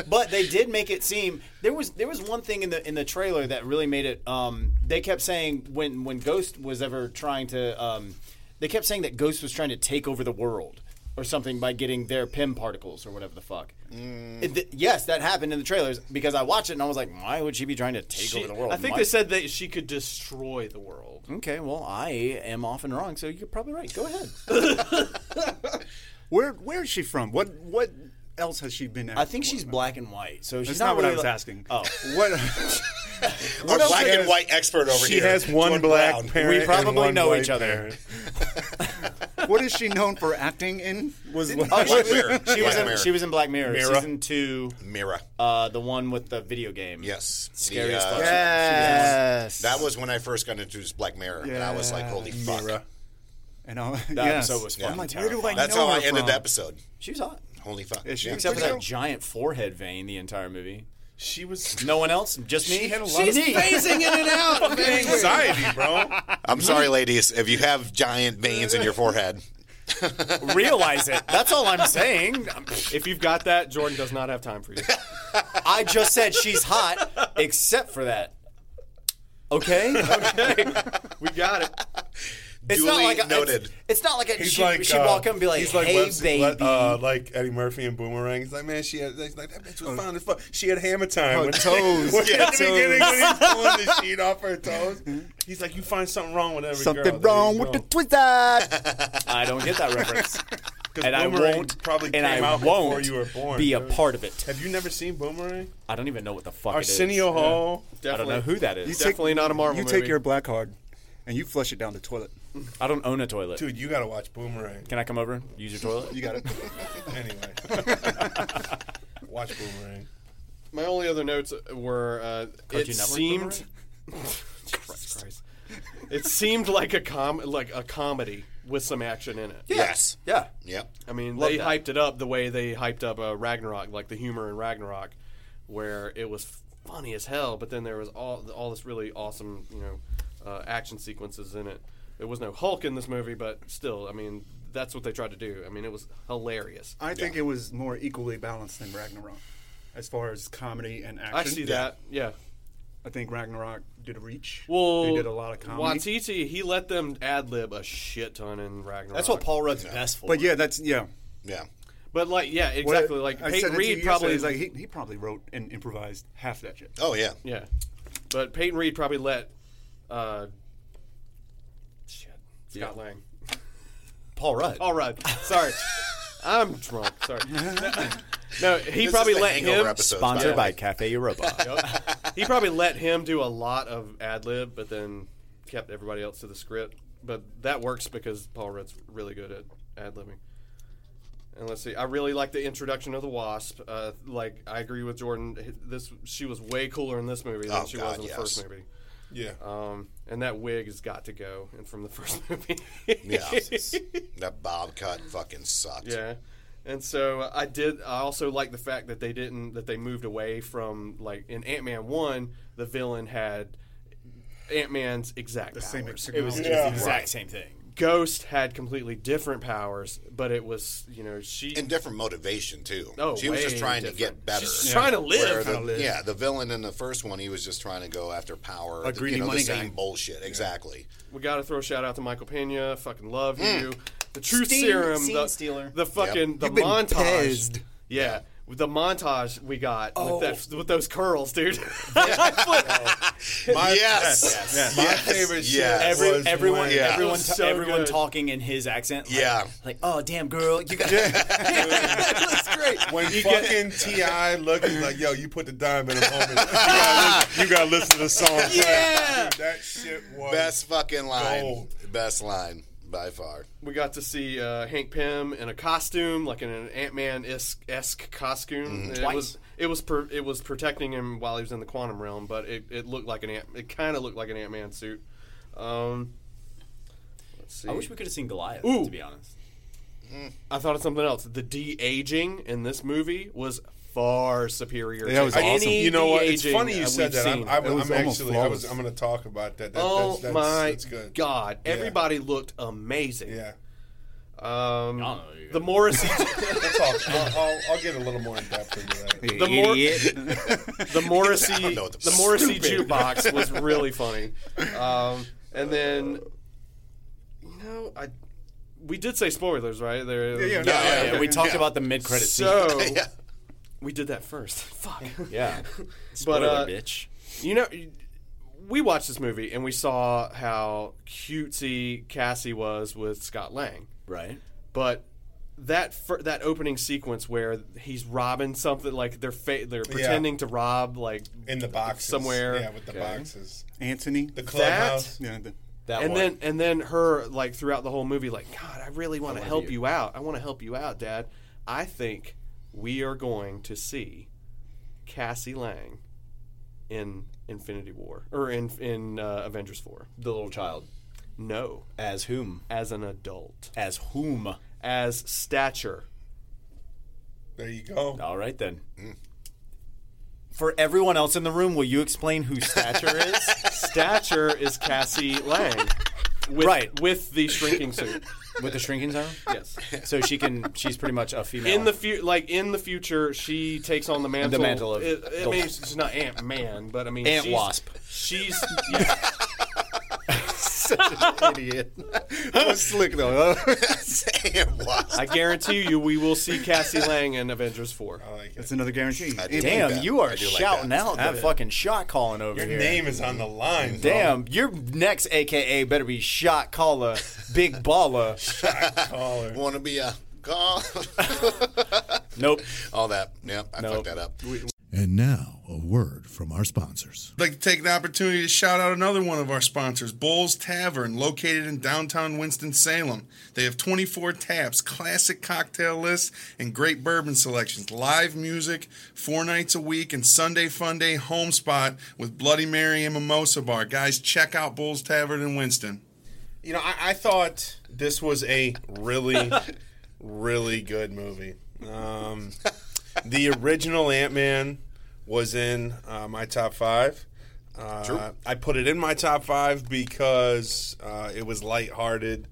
Speaker 3: But they did make it seem there was there was one thing in the in the trailer that really made it. Um, they kept saying when when Ghost was ever trying to, um, they kept saying that Ghost was trying to take over the world. or something by getting their PIM particles or whatever the fuck.
Speaker 5: Mm.
Speaker 3: It- th- yes, that happened in the trailers because I watched it and I was like, why would she be trying to take
Speaker 5: She-
Speaker 3: over the world?
Speaker 5: I think
Speaker 3: My-
Speaker 5: they said that she could destroy the world.
Speaker 3: Okay, well, I am often wrong, so you're probably right. Go ahead.
Speaker 7: Where Where is she from? What What else has she been?
Speaker 3: I think she's black and white, so she's
Speaker 7: That's not, what I
Speaker 3: really
Speaker 7: was
Speaker 3: like-
Speaker 7: asking.
Speaker 3: Oh,
Speaker 7: what?
Speaker 8: Our
Speaker 7: else
Speaker 8: black
Speaker 7: she
Speaker 8: and
Speaker 7: has-
Speaker 8: white expert over
Speaker 4: She
Speaker 8: here.
Speaker 4: has one black
Speaker 8: Brown.
Speaker 4: parent.
Speaker 3: We
Speaker 4: and
Speaker 3: probably
Speaker 4: one
Speaker 3: know
Speaker 4: white
Speaker 3: each other.
Speaker 4: parent.
Speaker 7: what is she known for acting in? Was what
Speaker 3: oh,
Speaker 8: Black
Speaker 3: she,
Speaker 8: Mirror.
Speaker 3: she was
Speaker 8: Black
Speaker 3: in,
Speaker 8: Mirror.
Speaker 3: she was in Black Mirror,
Speaker 4: Mirror.
Speaker 3: season two,
Speaker 8: Mira.
Speaker 3: uh, the one with the video game.
Speaker 8: Yes.
Speaker 3: scary
Speaker 8: The,
Speaker 3: as
Speaker 8: uh,
Speaker 3: fuck.
Speaker 8: she- she was-
Speaker 3: Yes.
Speaker 8: That was when I first got introduced to Black Mirror, and I was like, "Holy fuck!"
Speaker 4: Mira.
Speaker 7: and all,
Speaker 3: That
Speaker 7: yes.
Speaker 3: episode was
Speaker 8: Yeah.
Speaker 3: fucking
Speaker 7: I'm like, where
Speaker 3: terrifying.
Speaker 7: do I
Speaker 8: That's
Speaker 7: know
Speaker 8: how I
Speaker 7: her
Speaker 8: ended
Speaker 7: from?
Speaker 8: the episode.
Speaker 3: She was hot,
Speaker 8: Holy fuck!
Speaker 7: Is she-
Speaker 8: Yeah.
Speaker 3: except for
Speaker 7: Pretty
Speaker 3: that
Speaker 7: cool.
Speaker 3: giant forehead vein the entire movie.
Speaker 4: She was
Speaker 3: No one else, just me.
Speaker 4: She had a lot of
Speaker 3: phasing in and out.
Speaker 4: anxiety, bro.
Speaker 8: I'm sorry, ladies, if you have giant veins in your forehead.
Speaker 3: Realize it. That's all I'm saying.
Speaker 5: If you've got that, Jordan does not have time for you.
Speaker 3: I just said she's hot, except for that. Okay.
Speaker 5: we got it.
Speaker 3: It's
Speaker 8: Duly
Speaker 3: not like
Speaker 8: noted.
Speaker 3: It's, it's not like a,
Speaker 4: He's
Speaker 3: she,
Speaker 4: like
Speaker 3: she'd
Speaker 4: uh,
Speaker 3: walk up and be like,
Speaker 4: he's like
Speaker 3: "Hey,
Speaker 4: Webster-
Speaker 3: baby."
Speaker 4: le- uh, like Eddie Murphy and Boomerang. He's like, man, she had, he's like that bitch was fine as fuck. She had hammer time.
Speaker 7: Her
Speaker 4: when-
Speaker 7: Oh, toes.
Speaker 4: when-
Speaker 7: Yeah,
Speaker 4: at the
Speaker 7: toes.
Speaker 4: beginning when he's pulling the sheet off her toes. Mm-hmm. He's like, you find something wrong with every girl.
Speaker 7: Something
Speaker 4: There you
Speaker 7: wrong with
Speaker 4: go.
Speaker 7: the twister.
Speaker 3: I don't get that reference,
Speaker 4: 'Cause
Speaker 3: and I
Speaker 4: Boomerang
Speaker 3: won't.
Speaker 4: probably
Speaker 3: and
Speaker 4: came
Speaker 3: I
Speaker 4: out
Speaker 3: won't
Speaker 4: before you were born.
Speaker 3: be a part of it.
Speaker 4: Have you never seen Boomerang?
Speaker 3: I don't even know what the fuck it
Speaker 4: Arsenio
Speaker 3: is.
Speaker 4: Hall.
Speaker 3: I don't know who that is.
Speaker 5: take- Definitely not a Marvel
Speaker 7: You take
Speaker 5: movie.
Speaker 7: your black card and you flush it down the toilet.
Speaker 3: I don't own a toilet.
Speaker 4: Dude, you gotta watch Boomerang.
Speaker 3: Can I come over? Use your toilet?
Speaker 7: You got it.
Speaker 4: Anyway, watch Boomerang.
Speaker 5: My only other notes were uh, it
Speaker 3: Cartoon Network
Speaker 5: seemed. Christ, Christ. It seemed like a com like a comedy with some action in it.
Speaker 8: Yes.
Speaker 3: yeah.
Speaker 8: Yep.
Speaker 5: I mean, they hyped it up the way they hyped up uh, Ragnarok, like the humor in Ragnarok, where it was funny as hell, but then there was all all this really awesome, you know, uh, action sequences in it. There was no Hulk in this movie, but still, I mean, that's what they tried to do. I mean, it was hilarious.
Speaker 7: I think it was more equally balanced than Ragnarok, as far as comedy and action.
Speaker 5: I see that. Yeah.
Speaker 7: I think Ragnarok did a reach.
Speaker 5: Well,
Speaker 7: they did a lot of comedy.
Speaker 5: Watiti, he let them ad lib a shit ton in Ragnarok.
Speaker 3: That's what Paul Rudd's best for.
Speaker 7: but yeah, that's yeah.
Speaker 8: Yeah.
Speaker 5: But like, yeah,
Speaker 7: What-
Speaker 5: exactly. like
Speaker 7: I
Speaker 5: Peyton
Speaker 7: said it to you
Speaker 5: Reed probably
Speaker 7: yesterday, it's like he, he probably wrote and improvised half that shit.
Speaker 8: Oh yeah.
Speaker 5: Yeah, but Peyton Reed probably let uh, shit Scott Lang.
Speaker 3: Paul Rudd.
Speaker 5: All right, sorry, I'm drunk. Sorry. No, No, he
Speaker 8: This
Speaker 5: probably
Speaker 8: is the
Speaker 5: let
Speaker 8: Hangover
Speaker 5: him.
Speaker 8: episode, by
Speaker 3: Sponsored
Speaker 8: the
Speaker 3: by
Speaker 8: way.
Speaker 3: Cafe Europa.
Speaker 5: He probably let him do a lot of ad lib, but then kept everybody else to the script. But that works because Paul Rudd's really good at ad libbing. And let's see. I really like the introduction of the Wasp. Uh, like I agree with Jordan. This she was way cooler in this movie than
Speaker 8: Oh,
Speaker 5: she was
Speaker 8: God,
Speaker 5: in the
Speaker 8: yes.
Speaker 5: first movie.
Speaker 4: Yeah.
Speaker 5: Um, and that wig has got to go. And from the first movie.
Speaker 8: Yeah. that bob cut fucking sucked.
Speaker 5: yeah. And so I did. I also like the fact that they didn't that they moved away from like in Ant Man one, the villain had Ant Man's exact powers.
Speaker 7: Same
Speaker 3: it was just the
Speaker 4: Yeah.
Speaker 3: exact same thing.
Speaker 5: Ghost had completely different powers, but it was you know she
Speaker 8: And different motivation too.
Speaker 5: Oh,
Speaker 8: she was
Speaker 5: way
Speaker 8: just trying to
Speaker 5: different.
Speaker 8: get better.
Speaker 5: She's trying to live.
Speaker 8: Where the,
Speaker 7: live.
Speaker 8: Yeah, the villain in the first one, he was just trying to go after power.
Speaker 2: A
Speaker 8: the-
Speaker 2: greedy
Speaker 8: you know,
Speaker 2: money
Speaker 8: the same
Speaker 2: guy.
Speaker 8: bullshit. Exactly.
Speaker 5: We got to throw a shout out to Michael Pena. Fucking love you. The Truth
Speaker 3: Scene-
Speaker 5: Serum.
Speaker 3: scene
Speaker 5: the,
Speaker 3: stealer.
Speaker 5: The fucking the
Speaker 7: You've been
Speaker 5: montage.
Speaker 7: pezzed.
Speaker 5: Yeah. with The montage we got with, that, with those curls, dude.
Speaker 4: My,
Speaker 8: Yes.
Speaker 4: yes. My favorite shit.
Speaker 8: Yes.
Speaker 4: was
Speaker 3: Every,
Speaker 4: when-
Speaker 3: everyone,
Speaker 8: Yeah.
Speaker 3: everyone,
Speaker 5: It was
Speaker 3: ta-
Speaker 5: so
Speaker 3: everyone
Speaker 5: good.
Speaker 3: talking in his accent. Like,
Speaker 8: Yeah.
Speaker 3: Like, oh damn, girl, you got. That's great.
Speaker 4: When fucking Ti looked he's like, "Yo, you put the dime in a moment. You gotta, listen, you gotta listen to the song." first."
Speaker 3: Yeah.
Speaker 4: Dude, that shit was
Speaker 8: Best fucking line.
Speaker 4: Gold.
Speaker 8: Best line by far.
Speaker 5: we got to see uh, Hank Pym in a costume, like in an Ant Man esque
Speaker 4: Mm.
Speaker 5: costume. It
Speaker 3: Twice.
Speaker 5: was it was per, it was protecting him while he was in the quantum realm, but it, it looked like an ant. It kind of looked like an Ant Man suit. Um, let's see.
Speaker 3: I wish we could have seen Goliath.
Speaker 5: Ooh.
Speaker 3: To be honest,
Speaker 5: I thought of something else. The de aging in in this movie was far superior.
Speaker 7: That
Speaker 5: to
Speaker 7: was
Speaker 5: any
Speaker 7: awesome.
Speaker 4: You know what? It's
Speaker 5: de-aging
Speaker 4: funny you
Speaker 5: that
Speaker 4: said
Speaker 5: we've
Speaker 4: that. I'm,
Speaker 5: seen.
Speaker 4: I'm,
Speaker 7: It was
Speaker 4: I'm
Speaker 7: almost
Speaker 4: actually, I was,
Speaker 7: flawless.
Speaker 4: I'm gonna talk about that. that, that
Speaker 5: oh
Speaker 4: that's, that's,
Speaker 5: my
Speaker 4: that's good.
Speaker 5: god!
Speaker 4: Yeah.
Speaker 5: Everybody looked amazing.
Speaker 4: Yeah.
Speaker 5: Um,
Speaker 3: I don't know.
Speaker 5: the Morrissey.
Speaker 4: We'll talk. I'll, I'll, I'll get a little more in depth into that.
Speaker 5: The more- the Morrissey,
Speaker 8: know what
Speaker 5: the
Speaker 8: the-
Speaker 5: Morrissey jukebox was really funny. Um, and then, you know, I we did say spoilers, right? There,
Speaker 7: Oh, Yeah, yeah,
Speaker 3: Yeah, yeah,
Speaker 7: okay.
Speaker 3: yeah, we talked
Speaker 7: Yeah.
Speaker 3: about the mid credit scene.
Speaker 5: So
Speaker 8: yeah.
Speaker 5: we did that first. Fuck.
Speaker 3: Yeah,
Speaker 5: But,
Speaker 3: spoiler,
Speaker 5: uh,
Speaker 3: bitch.
Speaker 5: You know, we watched this movie and we saw how cutesy Cassie was with Scott Lang,
Speaker 3: Right.
Speaker 5: but that fir- that opening sequence where he's robbing something like they're fa- they're pretending to rob like
Speaker 10: in the boxes
Speaker 5: Somewhere.
Speaker 10: Yeah, with the
Speaker 5: Okay.
Speaker 10: boxes.
Speaker 7: Anthony.
Speaker 10: The clubhouse.
Speaker 7: yeah, the,
Speaker 3: That
Speaker 5: and
Speaker 3: one.
Speaker 5: then and then her like throughout the whole movie like god i really want to help you. out i want to help you out dad i think we are going to see cassie lang in infinity war or in in uh, avengers 4
Speaker 3: the little child.
Speaker 5: no
Speaker 3: As whom?
Speaker 5: as an adult
Speaker 3: As whom?
Speaker 5: as stature
Speaker 10: There you go.
Speaker 3: All right then. For everyone else in the room, will you explain who stature is
Speaker 5: stature is cassie lang with,
Speaker 3: Right.
Speaker 5: with the shrinking suit
Speaker 3: with the shrinking zone?
Speaker 5: yes
Speaker 3: So she can. She's pretty much a female.
Speaker 5: in the fu- like in the future, she takes on the mantle.
Speaker 3: mantle of-
Speaker 5: It, I mean, she's not Ant Man, but I mean
Speaker 3: Ant
Speaker 5: she's-
Speaker 3: Wasp.
Speaker 5: She's yeah,
Speaker 7: idiot. that was slick though.
Speaker 8: Damn, what?
Speaker 5: I guarantee you, we will see Cassie Lang in Avengers Four.
Speaker 7: That's another guarantee. Anthony.
Speaker 3: Damn,
Speaker 8: that.
Speaker 3: you are
Speaker 8: I do like
Speaker 3: shouting
Speaker 8: that.
Speaker 3: out that fucking shot calling over
Speaker 10: Your
Speaker 3: here.
Speaker 10: name is on the line. bro.
Speaker 3: Damn, your next AKA better be shot caller, big baller.
Speaker 10: Caller.
Speaker 8: Want to be a call?
Speaker 3: nope.
Speaker 8: All that. Yep, I fucked
Speaker 3: Nope.
Speaker 8: that up.
Speaker 2: And now, a word from our sponsors.
Speaker 10: I'd like to take the opportunity to shout out another one of our sponsors, Bull's Tavern, located in downtown Winston-Salem. They have 24 taps, classic cocktail lists, and great bourbon selections, live music, four nights a week, and Sunday Fun Day home spot with Bloody Mary and Mimosa Bar. Guys, check out Bull's Tavern in Winston.
Speaker 4: You know, I, I thought this was a really, really good movie. Um, the original Ant Man was in uh, my top five. Uh, I put it in my top five because uh, it was lighthearted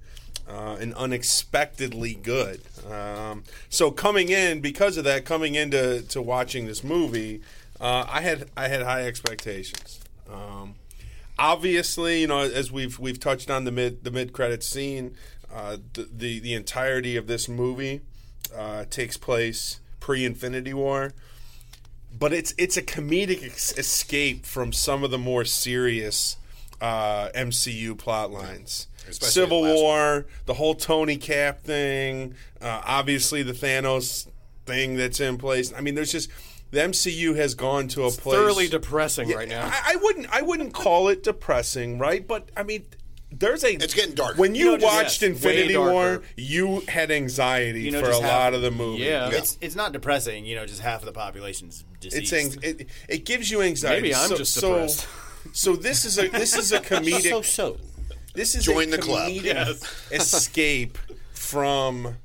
Speaker 4: uh, and unexpectedly good. Um, so coming in because of that, coming into to watching this movie, uh, I had I had high expectations. Um, obviously, you know, as we've we've touched on the mid the mid credit scene, uh, the, the the entirety of this movie uh, takes place pre Infinity War, but it's it's a comedic ex- escape from some of the more serious uh, MCU plot lines.
Speaker 8: Especially
Speaker 4: Civil
Speaker 8: the last
Speaker 4: War, the whole Tony Cap thing, uh, obviously the Thanos thing that's in place. I mean, there's just the MCU has gone to a place
Speaker 5: Thoroughly depressing right now.
Speaker 4: I, I wouldn't. I wouldn't call it depressing, right? But I mean, there's a.
Speaker 8: It's getting dark.
Speaker 4: When you,
Speaker 5: You know, just-
Speaker 4: watched
Speaker 5: yes,
Speaker 4: Infinity
Speaker 5: way darker.
Speaker 4: War, you had anxiety
Speaker 3: You know,
Speaker 4: for a
Speaker 3: just how-
Speaker 4: lot of the movie.
Speaker 5: Yeah.
Speaker 3: It's it's not depressing, you know. Just half of the population's
Speaker 4: it's
Speaker 3: deceased.
Speaker 4: ang- it, it gives you anxiety.
Speaker 5: Maybe I'm
Speaker 4: so,
Speaker 5: just
Speaker 4: so,
Speaker 5: depressed.
Speaker 4: so this is a this is a comedic.
Speaker 3: so so.
Speaker 4: This is
Speaker 8: Join the
Speaker 4: a
Speaker 8: club.
Speaker 4: comedic
Speaker 5: Yes.
Speaker 4: escape from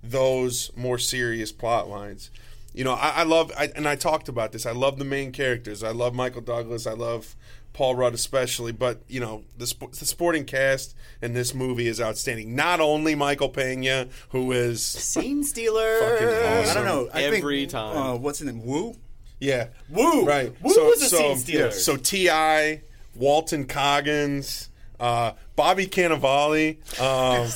Speaker 4: those more serious plot lines. You know, I, I love, I, and I talked about this. I love the main characters. I love Michael Douglas. I love Paul Rudd especially. But you know, the, sp- the sporting cast in this movie is outstanding. Not only Michael Pena, who is
Speaker 3: Scene stealer.
Speaker 4: fucking awesome.
Speaker 7: I don't know. I
Speaker 5: Every
Speaker 7: think,
Speaker 5: time.
Speaker 7: Uh, what's in name? Woo.
Speaker 4: Yeah.
Speaker 3: Woo!
Speaker 4: Right.
Speaker 3: Woo was a scene stealer.
Speaker 4: So T.I., Walton Coggins, uh, Bobby Cannavale, um,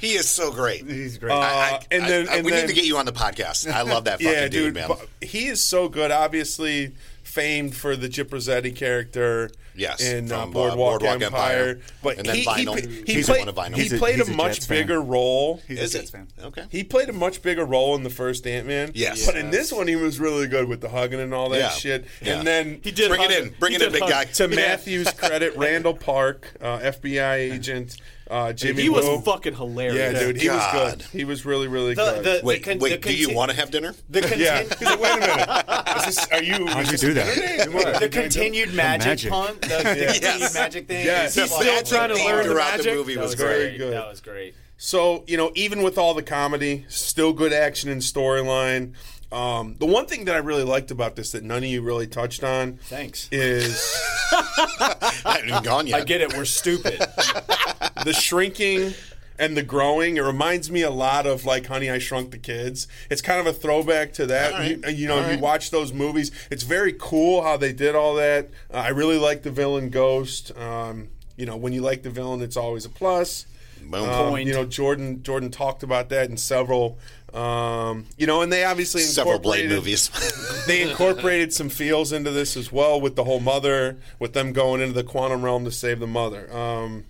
Speaker 8: He is so great.
Speaker 7: He's great.
Speaker 4: uh, and
Speaker 8: I-
Speaker 4: then
Speaker 8: I-
Speaker 4: and
Speaker 8: we
Speaker 4: then,
Speaker 8: need to get you on the podcast. I love that fucking
Speaker 4: yeah, dude,
Speaker 8: man.
Speaker 4: bu- he is so good. Obviously, famed for the Gyp Rossetti character.
Speaker 8: Yes,
Speaker 4: in uh,
Speaker 8: from, uh,
Speaker 4: Boardwalk,
Speaker 8: Boardwalk
Speaker 4: Empire.
Speaker 8: Empire.
Speaker 4: But
Speaker 8: And then
Speaker 4: he,
Speaker 8: Vinyl.
Speaker 4: he, he
Speaker 8: He's the
Speaker 4: played,
Speaker 8: one of Vinyl.
Speaker 4: He
Speaker 8: He's a-
Speaker 4: played a,
Speaker 7: he's a
Speaker 4: much
Speaker 7: Jets fan.
Speaker 4: bigger role.
Speaker 7: He's
Speaker 8: Is
Speaker 7: a
Speaker 8: he?
Speaker 7: Jets fan.
Speaker 8: Okay.
Speaker 4: He played a much bigger role in the first Ant Man.
Speaker 8: Yes.
Speaker 4: But in this one, he was really good with the hugging and all that
Speaker 8: Yeah.
Speaker 4: shit.
Speaker 8: Yeah.
Speaker 4: And then he
Speaker 5: did
Speaker 8: Bring it
Speaker 5: hug-
Speaker 8: in. Bring
Speaker 5: he
Speaker 8: it in,
Speaker 5: did
Speaker 8: big
Speaker 5: hug-
Speaker 8: guy.
Speaker 4: to Matthew's credit, Randall Park, uh, FBI agent, uh, Jimmy.
Speaker 5: he was
Speaker 4: Woo.
Speaker 5: fucking hilarious.
Speaker 4: Yeah, dude, he was
Speaker 8: God.
Speaker 4: good. He was really, really
Speaker 3: The,
Speaker 4: good.
Speaker 3: the,
Speaker 8: Wait,
Speaker 3: the con- the
Speaker 8: wait. Do you
Speaker 3: conti-
Speaker 8: want to have dinner?
Speaker 3: the, contin-
Speaker 4: yeah, he's like, wait a minute. Is this, are you?
Speaker 7: How'd
Speaker 4: is
Speaker 7: you
Speaker 4: this
Speaker 7: do that?
Speaker 4: Peter?
Speaker 3: the continued magic,
Speaker 7: magic.
Speaker 3: pun? The continued
Speaker 8: Yes.
Speaker 3: magic thing.
Speaker 4: Yes.
Speaker 3: It's
Speaker 4: He's
Speaker 3: like-
Speaker 4: still
Speaker 3: That
Speaker 4: trying to
Speaker 3: was
Speaker 4: learn the
Speaker 8: throughout
Speaker 4: magic?
Speaker 8: the movie
Speaker 4: That
Speaker 8: was
Speaker 4: was
Speaker 8: great.
Speaker 4: very good.
Speaker 3: That was great.
Speaker 4: So you know, even with all the comedy, still good action and storyline. Um, the one thing that I really liked about this that none of you really touched on
Speaker 3: Thanks.
Speaker 4: is
Speaker 8: I haven't even gone yet.
Speaker 3: I get it. We're stupid.
Speaker 4: the shrinking and the growing. It reminds me a lot of like Honey I Shrunk the Kids. It's kind of a throwback to that.
Speaker 8: All right.
Speaker 4: You, you know, you watch those movies. It's very cool how they did all that. Uh, I really like the villain Ghost. Um, you know, when you like the villain, it's always a plus.
Speaker 8: Boom.
Speaker 4: Um,
Speaker 8: Point.
Speaker 4: You know, Jordan Jordan talked about that in several. Um, you know, and they obviously
Speaker 8: Several Blade
Speaker 4: incorporated-
Speaker 8: movies.
Speaker 4: they incorporated some feels into this as well with the whole mother, with them going into the quantum realm to save the mother. Um,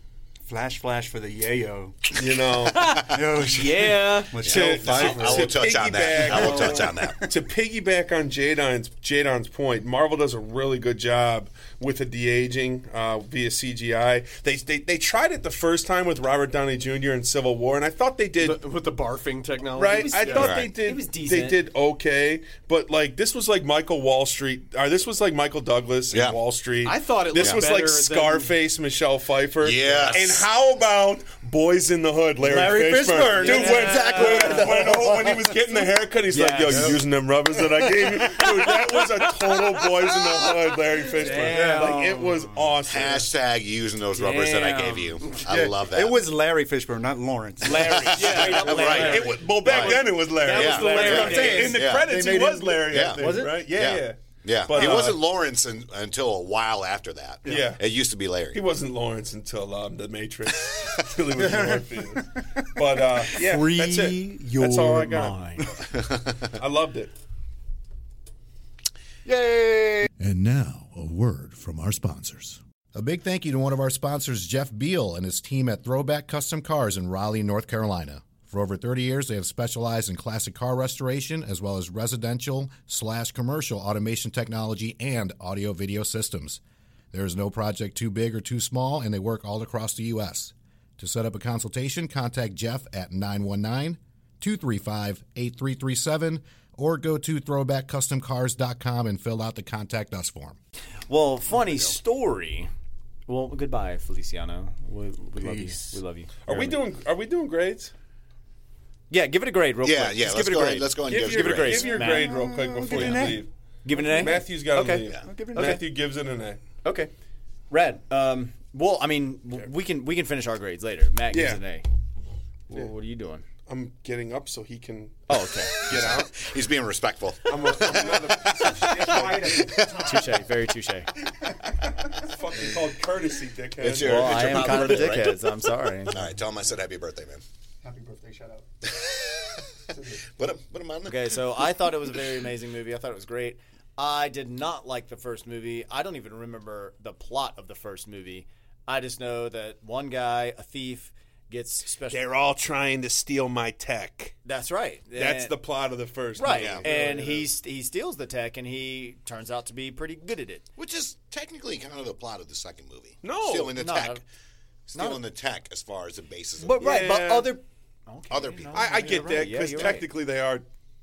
Speaker 7: Flash, flash for the yayo.
Speaker 4: you know,
Speaker 7: No, shit.
Speaker 3: Yeah.
Speaker 7: Michelle Pfeiffer.
Speaker 8: I will touch on that. I will
Speaker 4: piggyback-
Speaker 8: touch on that.
Speaker 4: to piggyback on Jadon's Jadon's point, Marvel does a really good job with the de aging uh, via CGI. They, they they tried it the first time with Robert Downey Jr. in Civil War, and I thought they did
Speaker 5: But with the barfing technology.
Speaker 4: right. I
Speaker 5: Yeah.
Speaker 4: thought
Speaker 8: Right.
Speaker 4: they did.
Speaker 3: It was
Speaker 4: They
Speaker 3: decent.
Speaker 4: did okay, but like this was like Michael Wall Street, or this was like Michael Douglas
Speaker 8: Yeah.
Speaker 4: in Wall Street.
Speaker 5: I thought it
Speaker 4: this
Speaker 5: looked
Speaker 4: was
Speaker 5: better
Speaker 4: like
Speaker 5: than-
Speaker 4: Scarface, Michelle Pfeiffer.
Speaker 8: Yes.
Speaker 4: And how about Boys in the Hood, Larry,
Speaker 3: Larry
Speaker 4: Fishburne?
Speaker 3: Fishburne.
Speaker 4: Dude,
Speaker 3: Yeah.
Speaker 4: when, when, when, oh, when he was getting the haircut, he's like, "Yo,
Speaker 3: Yes.
Speaker 4: you using them rubbers that I gave you?" Dude, that was a total Boys in the Hood, Larry Fishburne. Like it was awesome.
Speaker 8: Hashtag using those rubbers that I
Speaker 3: Damn.
Speaker 8: gave you. I love that.
Speaker 7: It was Larry Fishburne, not Lawrence.
Speaker 3: Larry. Straight up Larry.
Speaker 8: Right.
Speaker 4: It was, well, back
Speaker 8: Right.
Speaker 4: then it was Larry.
Speaker 3: That
Speaker 8: was the
Speaker 4: That's
Speaker 8: Larry
Speaker 4: what I'm saying.
Speaker 3: days.
Speaker 4: In the
Speaker 8: Yeah.
Speaker 4: credits,
Speaker 2: They
Speaker 4: he
Speaker 2: made
Speaker 4: was
Speaker 2: him-
Speaker 4: Larry.
Speaker 8: Yeah.
Speaker 4: I think,
Speaker 8: Was
Speaker 3: it?
Speaker 4: Right?
Speaker 8: Yeah.
Speaker 4: Yeah.
Speaker 8: Yeah.
Speaker 4: But,
Speaker 8: it
Speaker 4: uh,
Speaker 8: wasn't Lawrence un until a while after that.
Speaker 4: Yeah.
Speaker 8: It used to be Larry.
Speaker 4: He wasn't Lawrence until um, the Matrix. until he was Lawrence Fields. But uh, yeah,
Speaker 1: Free
Speaker 4: that's it.
Speaker 1: your
Speaker 4: that's all I got.
Speaker 1: mind.
Speaker 4: I loved it.
Speaker 2: And now, a word from our sponsors. A big thank you to one of our sponsors, Jeff Beal, and his team at Throwback Custom Cars in Raleigh, North Carolina. For over 30 years, they have specialized in classic car restoration as well as residential slash commercial automation technology and audio video systems. There is no project too big or too small, and they work all across the U.S. To set up a consultation, contact Jeff at 919 235 8337 or go to throwbackcustomcars.com and fill out the contact us form.
Speaker 3: Well, funny story. Well, goodbye, Feliciano. We, we love you. We love you.
Speaker 4: Are we doing? Are we doing grades?
Speaker 3: Yeah, give it a grade real
Speaker 8: yeah,
Speaker 3: quick.
Speaker 8: yeah.
Speaker 3: Just
Speaker 8: Let's
Speaker 3: give it
Speaker 8: go,
Speaker 3: a grade.
Speaker 8: ahead, let's go and give,
Speaker 4: your,
Speaker 8: it a grade.
Speaker 4: Give your
Speaker 3: Matt.
Speaker 4: grade real quick before
Speaker 7: give it
Speaker 4: you
Speaker 7: an A.
Speaker 4: leave.
Speaker 3: Give it an A.
Speaker 4: Matthew's got to
Speaker 3: Okay.
Speaker 4: leave.
Speaker 7: give it an A.
Speaker 4: Matthew gives it an A.
Speaker 3: Okay. Rad. Um, well, I mean, w- we can we can finish our grades later. Matt gives
Speaker 4: Yeah.
Speaker 3: an A. Well, What are you doing?
Speaker 4: I'm getting up so he can
Speaker 3: Oh, okay.
Speaker 4: get out.
Speaker 8: He's being respectful.
Speaker 4: I'm, a, I'm not a
Speaker 3: touche. Very touche.
Speaker 4: fucking called courtesy, dickhead.
Speaker 8: It's your-
Speaker 3: Well,
Speaker 8: it's
Speaker 3: I
Speaker 8: your
Speaker 3: am
Speaker 8: pop
Speaker 3: kind of a
Speaker 8: birthday, right?
Speaker 3: dickhead, so I'm sorry.
Speaker 8: All right, tell him I said happy birthday, man.
Speaker 7: Happy birthday, shout out.
Speaker 8: Put him, put him on there.
Speaker 3: Okay, so I thought it was a very amazing movie. I thought it was great. I did not like the first movie. I don't even remember the plot of the first movie. I just know that one guy, a thief, gets special.
Speaker 4: all trying to steal my tech.
Speaker 3: That's right.
Speaker 4: That's
Speaker 3: And-
Speaker 4: the plot of the first.
Speaker 3: right.
Speaker 4: movie.
Speaker 3: And he st- he steals the tech, and he turns out to be pretty good at it.
Speaker 8: Which is technically kind of the plot of the second movie.
Speaker 4: No,
Speaker 8: stealing the
Speaker 3: no,
Speaker 8: tech,
Speaker 3: no.
Speaker 8: stealing the tech as far as the basis of
Speaker 3: But right, but
Speaker 4: Yeah.
Speaker 3: other
Speaker 8: other people.
Speaker 4: I, I get that
Speaker 3: Yeah,
Speaker 4: because
Speaker 3: you're right.
Speaker 4: technically they are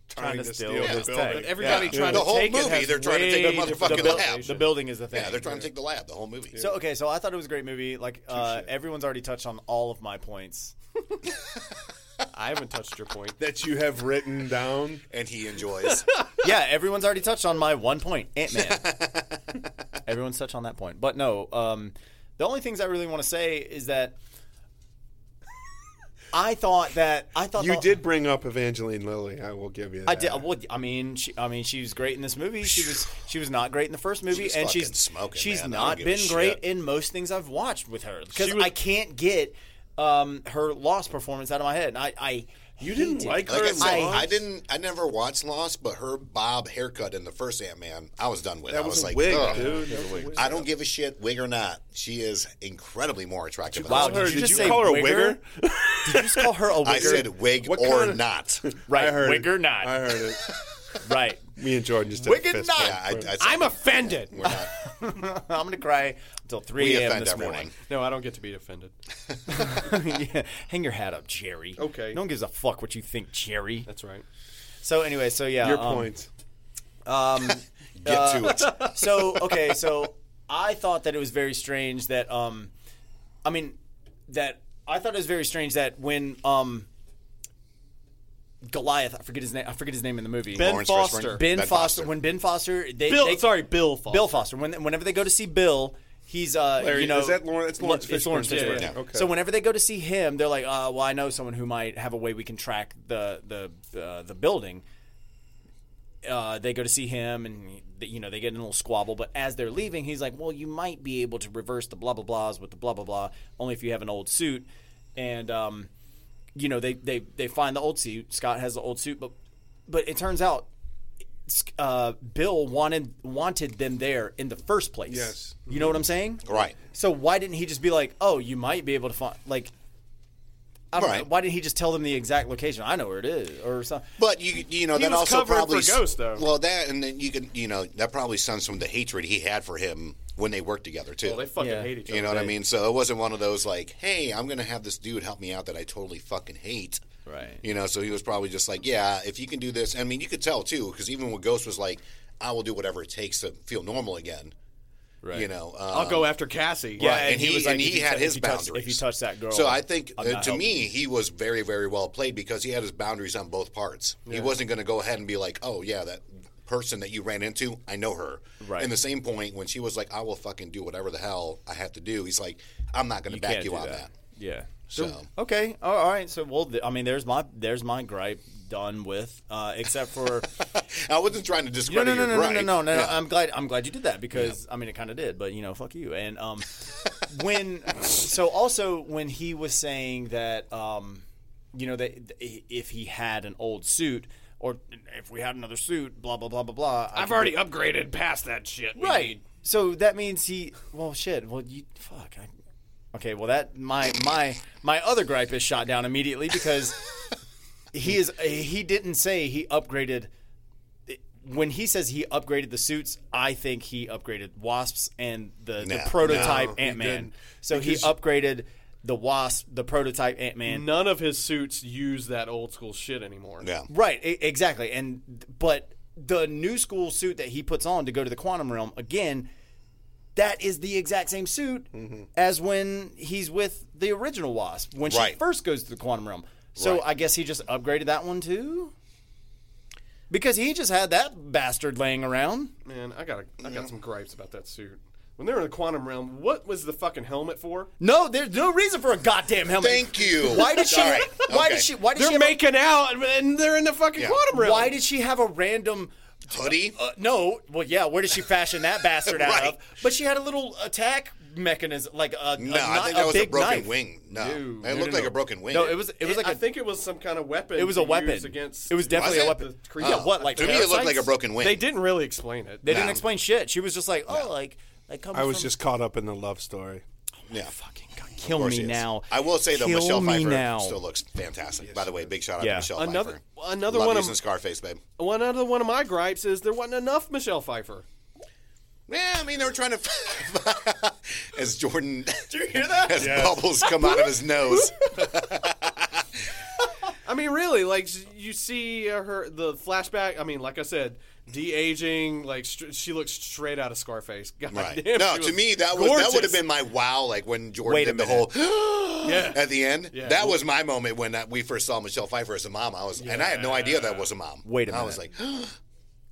Speaker 4: trying, to, steal, the
Speaker 3: his tech.
Speaker 4: building.
Speaker 3: But everybody
Speaker 4: yeah.
Speaker 3: trying
Speaker 8: The
Speaker 3: to
Speaker 8: whole
Speaker 3: take it
Speaker 8: movie,
Speaker 3: has
Speaker 8: they're trying to take
Speaker 3: way
Speaker 8: the
Speaker 3: different-
Speaker 8: motherfucking
Speaker 3: buil-
Speaker 8: lab.
Speaker 3: The building is the thing.
Speaker 8: yeah, they're trying to take the lab the whole movie.
Speaker 3: So okay, so I thought it was a great movie. Like uh, everyone's already touched on all of my points.
Speaker 5: I haven't touched your point.
Speaker 4: that you have written down.
Speaker 8: and he enjoys.
Speaker 3: yeah, everyone's already touched on my one point, Ant Man. everyone's touched on that point, but no. Um, the only things I really want to say is that I thought that I thought
Speaker 4: You
Speaker 3: the-
Speaker 4: did bring up Evangeline Lilly. I will give you. That.
Speaker 3: I did. Well, I mean, she, I mean, she was great in this movie. She was she was not great in the first movie,
Speaker 8: She's
Speaker 3: and
Speaker 8: fucking
Speaker 3: she's
Speaker 8: smoking,
Speaker 3: she's
Speaker 8: man. I don't
Speaker 3: not
Speaker 8: give a
Speaker 3: been great
Speaker 8: shit.
Speaker 3: in most things I've watched with her because
Speaker 4: She was-
Speaker 3: I can't get um, her lost performance out of my head. And I, I
Speaker 4: You didn't
Speaker 3: hate it.
Speaker 4: like
Speaker 8: Like I
Speaker 4: her.
Speaker 8: said, I,
Speaker 4: Lost?
Speaker 8: didn't. I never watched Lost, but her bob haircut in the first Ant Man, I was done with.
Speaker 4: That
Speaker 8: I was,
Speaker 4: was a
Speaker 8: like,
Speaker 4: wig,
Speaker 8: ugh.
Speaker 4: dude. That was a wig.
Speaker 8: I don't give a shit, wig or not. She is incredibly more attractive. than this
Speaker 3: Wow, did
Speaker 8: one.
Speaker 3: you
Speaker 4: did
Speaker 3: just
Speaker 4: you
Speaker 3: say
Speaker 4: call her a
Speaker 3: wigger? Did you just call her a wigger?
Speaker 8: I said wig
Speaker 4: What
Speaker 8: or
Speaker 4: kind of-
Speaker 8: not.
Speaker 3: right,
Speaker 4: I heard
Speaker 3: wigger
Speaker 4: it.
Speaker 3: not
Speaker 4: I heard it.
Speaker 3: right.
Speaker 4: Me and Jordan just did
Speaker 3: Wigger
Speaker 4: a fist
Speaker 3: not.
Speaker 4: bump.
Speaker 8: Yeah, I, I,
Speaker 3: I'm offended.
Speaker 8: We're not.
Speaker 3: I'm gonna cry until 3
Speaker 8: We
Speaker 3: a.m.
Speaker 8: offend
Speaker 3: this
Speaker 8: everyone.
Speaker 3: morning.
Speaker 5: No, I don't get to be offended.
Speaker 3: yeah, hang your hat up, Jerry.
Speaker 5: Okay.
Speaker 3: No one gives a fuck what you think, Jerry.
Speaker 5: That's right.
Speaker 3: So anyway, so yeah,
Speaker 4: Your
Speaker 3: um,
Speaker 4: point.
Speaker 8: Get to it.
Speaker 3: so okay, so I thought that it was very strange that um, I mean that I thought it was very strange that when um, Goliath, I forget his name, I forget his name in the movie,
Speaker 5: Ben
Speaker 8: Lawrence
Speaker 5: Foster.
Speaker 8: Fishburne. Ben
Speaker 3: Ben Foster,
Speaker 8: Foster.
Speaker 3: when Ben Foster, they,
Speaker 5: Bill,
Speaker 3: they-
Speaker 5: sorry, Bill Foster.
Speaker 3: Bill Foster. When, whenever they go to see Bill, he's uh,
Speaker 4: Larry,
Speaker 3: you know,
Speaker 4: is that Lawrence- that's Lawrence
Speaker 3: It's Lawrence
Speaker 4: Fishburne,
Speaker 3: Fishburne.
Speaker 5: yeah,
Speaker 8: yeah.
Speaker 4: Okay.
Speaker 3: So whenever they go to see him, they're like, uh, "Well, I know someone who might have a way we can track the the uh, the building." Uh, they go to see him, and you know they get in a little squabble. But as they're leaving, he's like, "Well, you might be able to reverse the blah blah blahs with the blah blah blah, only if you have an old suit." and um, you know they they they find the old suit. Scott has the old suit, but but it turns out uh, Bill wanted wanted them there in the first place.
Speaker 4: Yes.
Speaker 3: you know what I'm saying,
Speaker 8: Mm-hmm. Right.
Speaker 3: So why didn't he just be like, "Oh, you might be able to find like." I don't
Speaker 8: Right.
Speaker 3: know, why didn't he just tell them the exact location? I know where it is, or something.
Speaker 8: But you you know
Speaker 3: He
Speaker 8: that
Speaker 3: was
Speaker 8: also
Speaker 3: covering
Speaker 8: probably
Speaker 3: for Ghost, though.
Speaker 8: Well, that and then you can you know that probably sons some of the hatred he had for him when they worked together too.
Speaker 5: Well, they fucking
Speaker 3: Yeah.
Speaker 5: hate each other.
Speaker 8: you know what I
Speaker 5: They-
Speaker 8: mean? So it wasn't one of those like, hey, I'm gonna have this dude help me out that I totally fucking hate.
Speaker 3: Right.
Speaker 8: You know, so he was probably just like, yeah, if you can do this. I mean, you could tell too, because even when Ghost was like, I will do whatever it takes to feel normal again. Right. You know, uh,
Speaker 5: I'll go after Cassie.
Speaker 3: Yeah,
Speaker 8: Right, and he,
Speaker 3: was like,
Speaker 8: and
Speaker 3: if
Speaker 8: he
Speaker 3: you
Speaker 8: had
Speaker 3: touch-
Speaker 8: his
Speaker 3: if you touch-
Speaker 8: boundaries.
Speaker 3: if you touch that girl,
Speaker 8: so I think uh,
Speaker 3: I'm
Speaker 8: to
Speaker 3: not
Speaker 8: me he was very very well played because he had his boundaries on both parts. He wasn't going to go ahead and be like, oh yeah, that person that you ran into, I know her.
Speaker 3: Right.
Speaker 8: And the same point when she was like, I will fucking do whatever the hell I have to do. He's like, I'm not going to back
Speaker 3: can't
Speaker 8: you
Speaker 3: do
Speaker 8: on that.
Speaker 3: Yeah.
Speaker 8: So
Speaker 3: Okay. All all right. So well, th- I mean, there's my there's my gripe done with, uh, except for
Speaker 8: I wasn't trying to
Speaker 3: no,
Speaker 8: discredit
Speaker 3: no,
Speaker 8: your
Speaker 3: no, no, no, no,
Speaker 8: gripe.
Speaker 3: no, no,
Speaker 8: Yeah.
Speaker 3: I'm glad I'm glad you did that because I mean it kind of did, but you know, fuck you. And um, when so also when he was saying that um, you know that if he had an old suit or if we had another suit, blah blah blah blah blah. I
Speaker 5: I've
Speaker 3: could-
Speaker 5: already upgraded past that shit. We
Speaker 3: Right.
Speaker 5: need-
Speaker 3: So that means he. Well, shit. Well, you fuck. I, okay. Well, that my my my other gripe is shot down immediately because he is he didn't say he upgraded. When he says he upgraded the suits, I think he upgraded wasps and the,
Speaker 8: No.
Speaker 3: the prototype
Speaker 8: No, he
Speaker 3: Ant Man.
Speaker 5: didn't.
Speaker 3: So he upgraded the wasp, the prototype Ant Man.
Speaker 5: None of his suits use that old school shit anymore.
Speaker 8: Yeah.
Speaker 3: Right, e- exactly. And but the new school suit that he puts on to go to the quantum realm again, that is the exact same suit
Speaker 8: Mm-hmm.
Speaker 3: as when he's with the original Wasp when she
Speaker 8: Right.
Speaker 3: first goes to the quantum realm. So
Speaker 8: Right.
Speaker 3: I guess he just upgraded that one too. Because he just had that bastard laying around.
Speaker 5: Man, I got I got some gripes about that suit. When they were in the quantum realm, what was the fucking helmet for?
Speaker 3: No, there's no reason for a goddamn helmet.
Speaker 8: Thank you.
Speaker 3: Why did she?
Speaker 8: All right.
Speaker 3: Why
Speaker 8: Okay.
Speaker 3: did she? Why did
Speaker 5: They're
Speaker 3: she? Have
Speaker 5: making out and- and they're in the fucking
Speaker 8: Yeah.
Speaker 5: quantum
Speaker 3: a,
Speaker 5: realm.
Speaker 3: why did she have a random?
Speaker 8: hoodie?
Speaker 3: Uh, no, well, yeah. Where did she fashion that bastard out
Speaker 8: Right.
Speaker 3: of? But she had a little attack mechanism, like a
Speaker 8: no,
Speaker 3: a, kni-
Speaker 8: I think
Speaker 3: a
Speaker 8: that was a
Speaker 3: big
Speaker 8: broken
Speaker 3: knife.
Speaker 8: wing. No,
Speaker 3: No,
Speaker 8: it
Speaker 3: no,
Speaker 8: looked
Speaker 3: no,
Speaker 8: like
Speaker 3: no.
Speaker 8: a broken wing.
Speaker 3: No, it was it was like
Speaker 5: I
Speaker 3: a
Speaker 5: think it was some kind of weapon.
Speaker 3: it was a
Speaker 5: to
Speaker 3: weapon
Speaker 5: use against.
Speaker 3: It was definitely
Speaker 8: Was
Speaker 3: a
Speaker 8: it?
Speaker 3: weapon.
Speaker 5: The creature.
Speaker 3: Yeah, what like
Speaker 8: to me, it looked like a
Speaker 3: parasites?
Speaker 8: broken wing.
Speaker 5: They didn't really explain it.
Speaker 3: They didn't
Speaker 8: No.
Speaker 3: explain shit. She was just like, oh, like like comes
Speaker 7: I was
Speaker 3: from-
Speaker 7: just caught up in the love story.
Speaker 8: Yeah.
Speaker 3: fucking God, kill
Speaker 8: course
Speaker 3: me
Speaker 8: he is.
Speaker 3: now.
Speaker 8: I will say though,
Speaker 3: Kill
Speaker 8: Michelle
Speaker 3: me
Speaker 8: Pfeiffer
Speaker 3: now.
Speaker 8: still looks fantastic. By the way, big shout out
Speaker 3: Yeah.
Speaker 8: to Michelle
Speaker 5: Another-
Speaker 8: Pfeiffer.
Speaker 5: another
Speaker 8: Love
Speaker 5: one
Speaker 8: you
Speaker 5: of-
Speaker 8: some Scarface, babe.
Speaker 5: One other one of my gripes is there wasn't enough Michelle Pfeiffer.
Speaker 8: Yeah, I mean they were trying to. as Jordan, do you hear that? As bubbles come out of his nose.
Speaker 5: I mean, really, like s- you see uh, her the flashback. I mean, like I said, de aging. Like str she looks straight out of Scarface. God
Speaker 8: Right.
Speaker 5: damn,
Speaker 8: no,
Speaker 5: she
Speaker 8: to
Speaker 5: was
Speaker 8: me that was, that
Speaker 5: gorgeous.
Speaker 8: would have been my wow. Like when Jordan
Speaker 3: Wait a
Speaker 8: did the
Speaker 3: minute.
Speaker 8: whole
Speaker 5: yeah.
Speaker 8: at the end.
Speaker 5: Yeah.
Speaker 8: That was my moment when that, we first saw Michelle Pfeiffer as a mom. I was, and I had no idea that was a mom.
Speaker 3: Wait a
Speaker 8: I was like,
Speaker 3: minute.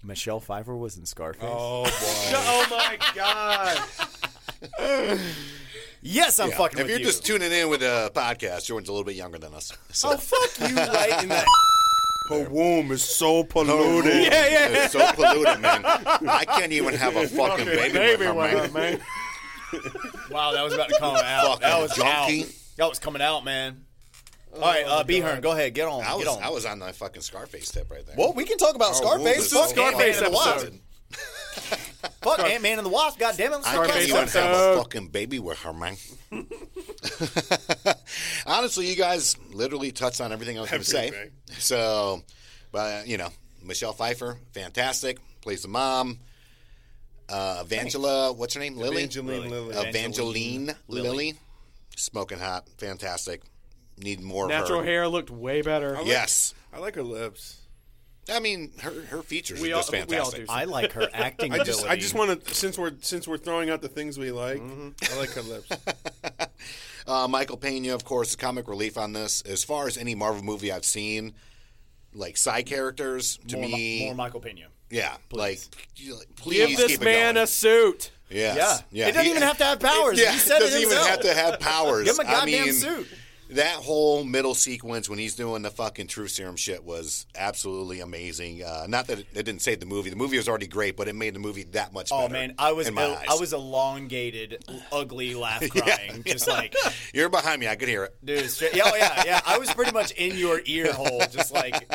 Speaker 3: Michelle Pfeiffer was in Scarface.
Speaker 5: Oh my god!
Speaker 3: Yes, I'm fucking
Speaker 8: if
Speaker 3: with
Speaker 8: you're
Speaker 3: you.
Speaker 8: just tuning in with a podcast, Jordan's a little bit younger than us. So.
Speaker 3: oh fuck you right in that.
Speaker 7: Her womb is so polluted.
Speaker 8: Yeah, yeah, It's so polluted, man. I can't even have a fucking baby, with her, man.
Speaker 3: Wow, that was about to come out.
Speaker 8: Fucking
Speaker 3: That was
Speaker 8: junkie. Oh,
Speaker 3: out. That was coming out, man. All right, uh, B. Hearn, go ahead, get on.
Speaker 8: I was
Speaker 3: get on.
Speaker 8: I was Oh, on the fucking Scarface tip right there.
Speaker 3: Well, we can talk about Scarface.
Speaker 8: Wolf
Speaker 3: Fuck
Speaker 8: is
Speaker 3: Scarface
Speaker 8: Ant-Man
Speaker 3: and the
Speaker 8: and the
Speaker 3: Wasp. Fuck Ant Man and the Wasp. God damn it,
Speaker 8: I can't
Speaker 3: Scarface
Speaker 8: even
Speaker 3: episode.
Speaker 8: have a fucking baby with her, man. Honestly, you guys literally touched on everything I was going to say.
Speaker 10: Everything.
Speaker 8: So, but uh, you know, Michelle Pfeiffer, fantastic, plays the mom. Uh, Evangela, what's her name? Lily.
Speaker 10: Evangeline Lilly.
Speaker 8: Evangeline Lilly. Smoking hot, fantastic. Need more
Speaker 5: Natural
Speaker 8: of her.
Speaker 5: hair looked way better.
Speaker 8: Yes.
Speaker 10: I like her lips.
Speaker 8: I mean, her her features
Speaker 5: We
Speaker 8: are
Speaker 5: all-
Speaker 8: just
Speaker 5: we all
Speaker 8: fantastic.
Speaker 5: do.
Speaker 3: I like her acting
Speaker 10: I just, I
Speaker 3: ability.
Speaker 10: just want to since we're since we're throwing out the things we like. I like her lips.
Speaker 8: Uh, Michael Pena, of course, the comic relief on this. As far as any Marvel movie I've seen, like side characters to
Speaker 3: more,
Speaker 8: me,
Speaker 3: Mi- more Michael Pena.
Speaker 8: yeah, like you- like, please
Speaker 5: Give this
Speaker 8: keep
Speaker 5: man
Speaker 8: it
Speaker 5: a suit.
Speaker 8: going. yes.
Speaker 3: Yeah.
Speaker 8: yeah,
Speaker 3: It doesn't even have to have powers.
Speaker 8: Yeah,
Speaker 3: he said it
Speaker 8: doesn't even
Speaker 3: himself.
Speaker 8: have to have powers.
Speaker 3: Give him a
Speaker 8: I
Speaker 3: goddamn
Speaker 8: mean,
Speaker 3: suit.
Speaker 8: that whole middle sequence when he's doing the fucking truth serum shit was absolutely amazing. Uh, not that it, it didn't save the movie; the movie was already great, but it made the movie that much better.
Speaker 3: Oh man, I was
Speaker 8: in my
Speaker 3: el-
Speaker 8: eyes.
Speaker 3: I was elongated, ugly laugh crying, just like
Speaker 8: You're behind me; I could hear it.
Speaker 3: dude. it's Straight, yeah, oh yeah, yeah. I was pretty much in your ear hole, just like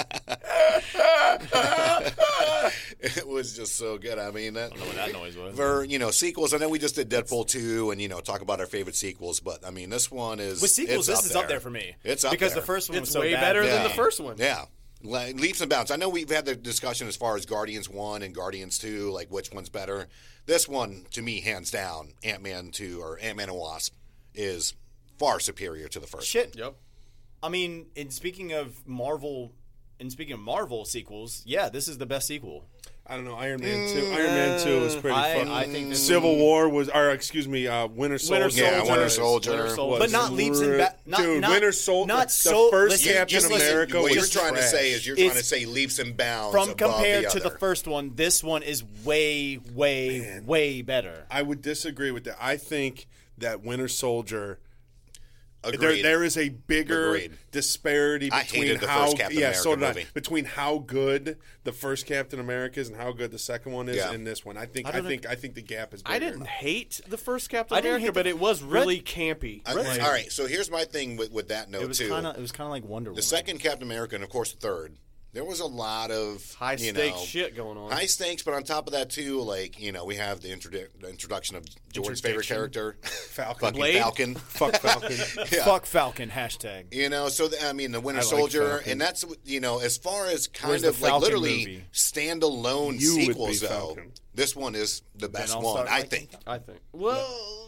Speaker 8: it was just so good. I mean, that,
Speaker 3: what that noise was.
Speaker 8: for you know sequels. I know we just did Deadpool two, and you know talk about our favorite sequels, but I mean this one is
Speaker 3: With sequels,
Speaker 8: it's
Speaker 3: this is up there for me.
Speaker 8: It's up
Speaker 3: because
Speaker 8: there.
Speaker 3: the first one
Speaker 5: It's
Speaker 3: was so
Speaker 5: way
Speaker 3: bad.
Speaker 5: better
Speaker 8: Yeah.
Speaker 5: than the first one.
Speaker 8: Yeah. Le- leaps and bounds. I know we've had the discussion as far as Guardians 1 and Guardians 2, like which one's better. This one, to me, hands down, Ant Man 2 or Ant Man and Wasp is far superior to the first.
Speaker 3: Shit.
Speaker 5: Yep.
Speaker 3: I mean, in speaking of Marvel, and speaking of Marvel sequels, yeah, this is the best sequel.
Speaker 11: I don't know. Iron Man two. Iron Man two was pretty
Speaker 3: Mm, I-
Speaker 11: fucking.
Speaker 3: I think this-
Speaker 11: Civil War was, or excuse me, uh, Winter Soldier.
Speaker 8: Soldier. Yeah, Winter Soldier.
Speaker 11: was
Speaker 3: But not leaps and
Speaker 11: re-
Speaker 3: ba- not-
Speaker 11: Dude,
Speaker 3: not-
Speaker 11: Winter Soldier.
Speaker 3: not
Speaker 11: the
Speaker 3: so-
Speaker 11: first
Speaker 3: listen,
Speaker 11: Captain
Speaker 3: just listen.
Speaker 11: America.
Speaker 8: What
Speaker 11: was
Speaker 8: you're trying to
Speaker 11: trash.
Speaker 8: say is you're
Speaker 3: It's-
Speaker 8: trying to say leaps and bounds
Speaker 3: From
Speaker 8: above
Speaker 3: compared
Speaker 8: the
Speaker 3: to the
Speaker 8: other.
Speaker 3: first one, this one is way, way, way better.
Speaker 11: I would disagree with that. I think that Winter Soldier. There,
Speaker 8: Agreed.
Speaker 11: there is a bigger
Speaker 8: Agreed.
Speaker 11: disparity
Speaker 8: I
Speaker 11: between
Speaker 8: hated the
Speaker 11: how
Speaker 8: first Captain
Speaker 11: yeah,
Speaker 8: America
Speaker 11: so did I.
Speaker 8: movie.
Speaker 11: between how good the first Captain America is and how good the second one is
Speaker 8: Yeah.
Speaker 11: in this one. I think
Speaker 3: I
Speaker 11: I,
Speaker 3: don't
Speaker 11: think I think the gap is bigger.
Speaker 5: I didn't hate the first Captain
Speaker 3: I didn't
Speaker 5: America,
Speaker 3: hate the-
Speaker 5: but it was really campy.
Speaker 8: I- Uh, all right, so here's my thing with, with that note
Speaker 3: It was
Speaker 8: too.
Speaker 3: kind of it was kind of like Wonder Woman.
Speaker 8: the second Captain America, and of course the third, there was a lot of
Speaker 5: High
Speaker 8: you
Speaker 5: stakes
Speaker 8: know,
Speaker 5: shit going on.
Speaker 8: High stakes, but on top of that too, like you know, we have the, introdu- the introduction of Jordan's favorite character, Falcon. Fucking
Speaker 5: Blade?
Speaker 8: Falcon.
Speaker 11: Fuck Falcon.
Speaker 8: Yeah.
Speaker 3: fuck Falcon hashtag.
Speaker 8: You know, so th- I mean, the Winter Soldier, and that's you know, as far as kind
Speaker 3: Where's the
Speaker 8: of like
Speaker 3: Falcon
Speaker 8: literally
Speaker 3: movie?
Speaker 8: standalone
Speaker 11: You would be
Speaker 8: sequels, though.
Speaker 11: Falcon.
Speaker 8: This one is the best
Speaker 3: I'll
Speaker 8: one,
Speaker 3: start
Speaker 8: I
Speaker 3: liking
Speaker 8: think.
Speaker 5: I think. Well,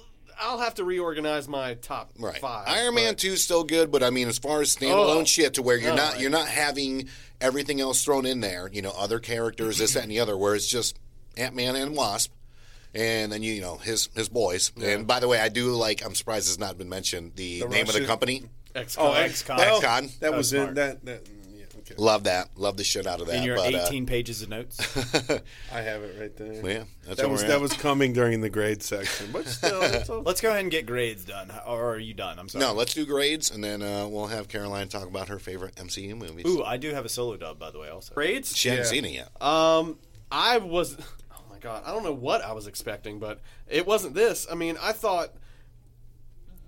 Speaker 5: I'll have to reorganize my top
Speaker 8: Right.
Speaker 5: five.
Speaker 8: Iron Man
Speaker 5: but-
Speaker 8: two is still good, but I mean, as far as standalone
Speaker 5: Oh.
Speaker 8: shit, to where you're not you're not having everything else thrown in there. You know, other characters, this, that, and the other. Where it's just Ant Man and Wasp, and then you know his his boys. And by the way, I do like. I'm surprised it's not been mentioned the, name of the
Speaker 11: Russian-
Speaker 8: company.
Speaker 5: XCOM.
Speaker 11: Oh, XCOM.
Speaker 8: Well,
Speaker 11: That was in that. that yeah, okay.
Speaker 8: Love that. Love the shit out of that.
Speaker 3: In your
Speaker 8: but, uh,
Speaker 3: 18 pages of notes,
Speaker 11: I have it right there.
Speaker 8: yeah,
Speaker 11: that
Speaker 8: that's where
Speaker 11: was
Speaker 8: we're
Speaker 11: that
Speaker 8: at.
Speaker 11: was coming during the grade section, but still, it's all-
Speaker 3: let's go ahead and get grades done. Or are you done? I'm sorry.
Speaker 8: No, let's do grades, and then uh, we'll have Caroline talk about her favorite MCU movies.
Speaker 3: Ooh, I do have a solo dub by the way. Also,
Speaker 5: Raids?
Speaker 8: she hasn't seen it yet.
Speaker 5: Um, I was. Oh my god, I don't know what I was expecting, but it wasn't this. I mean, I thought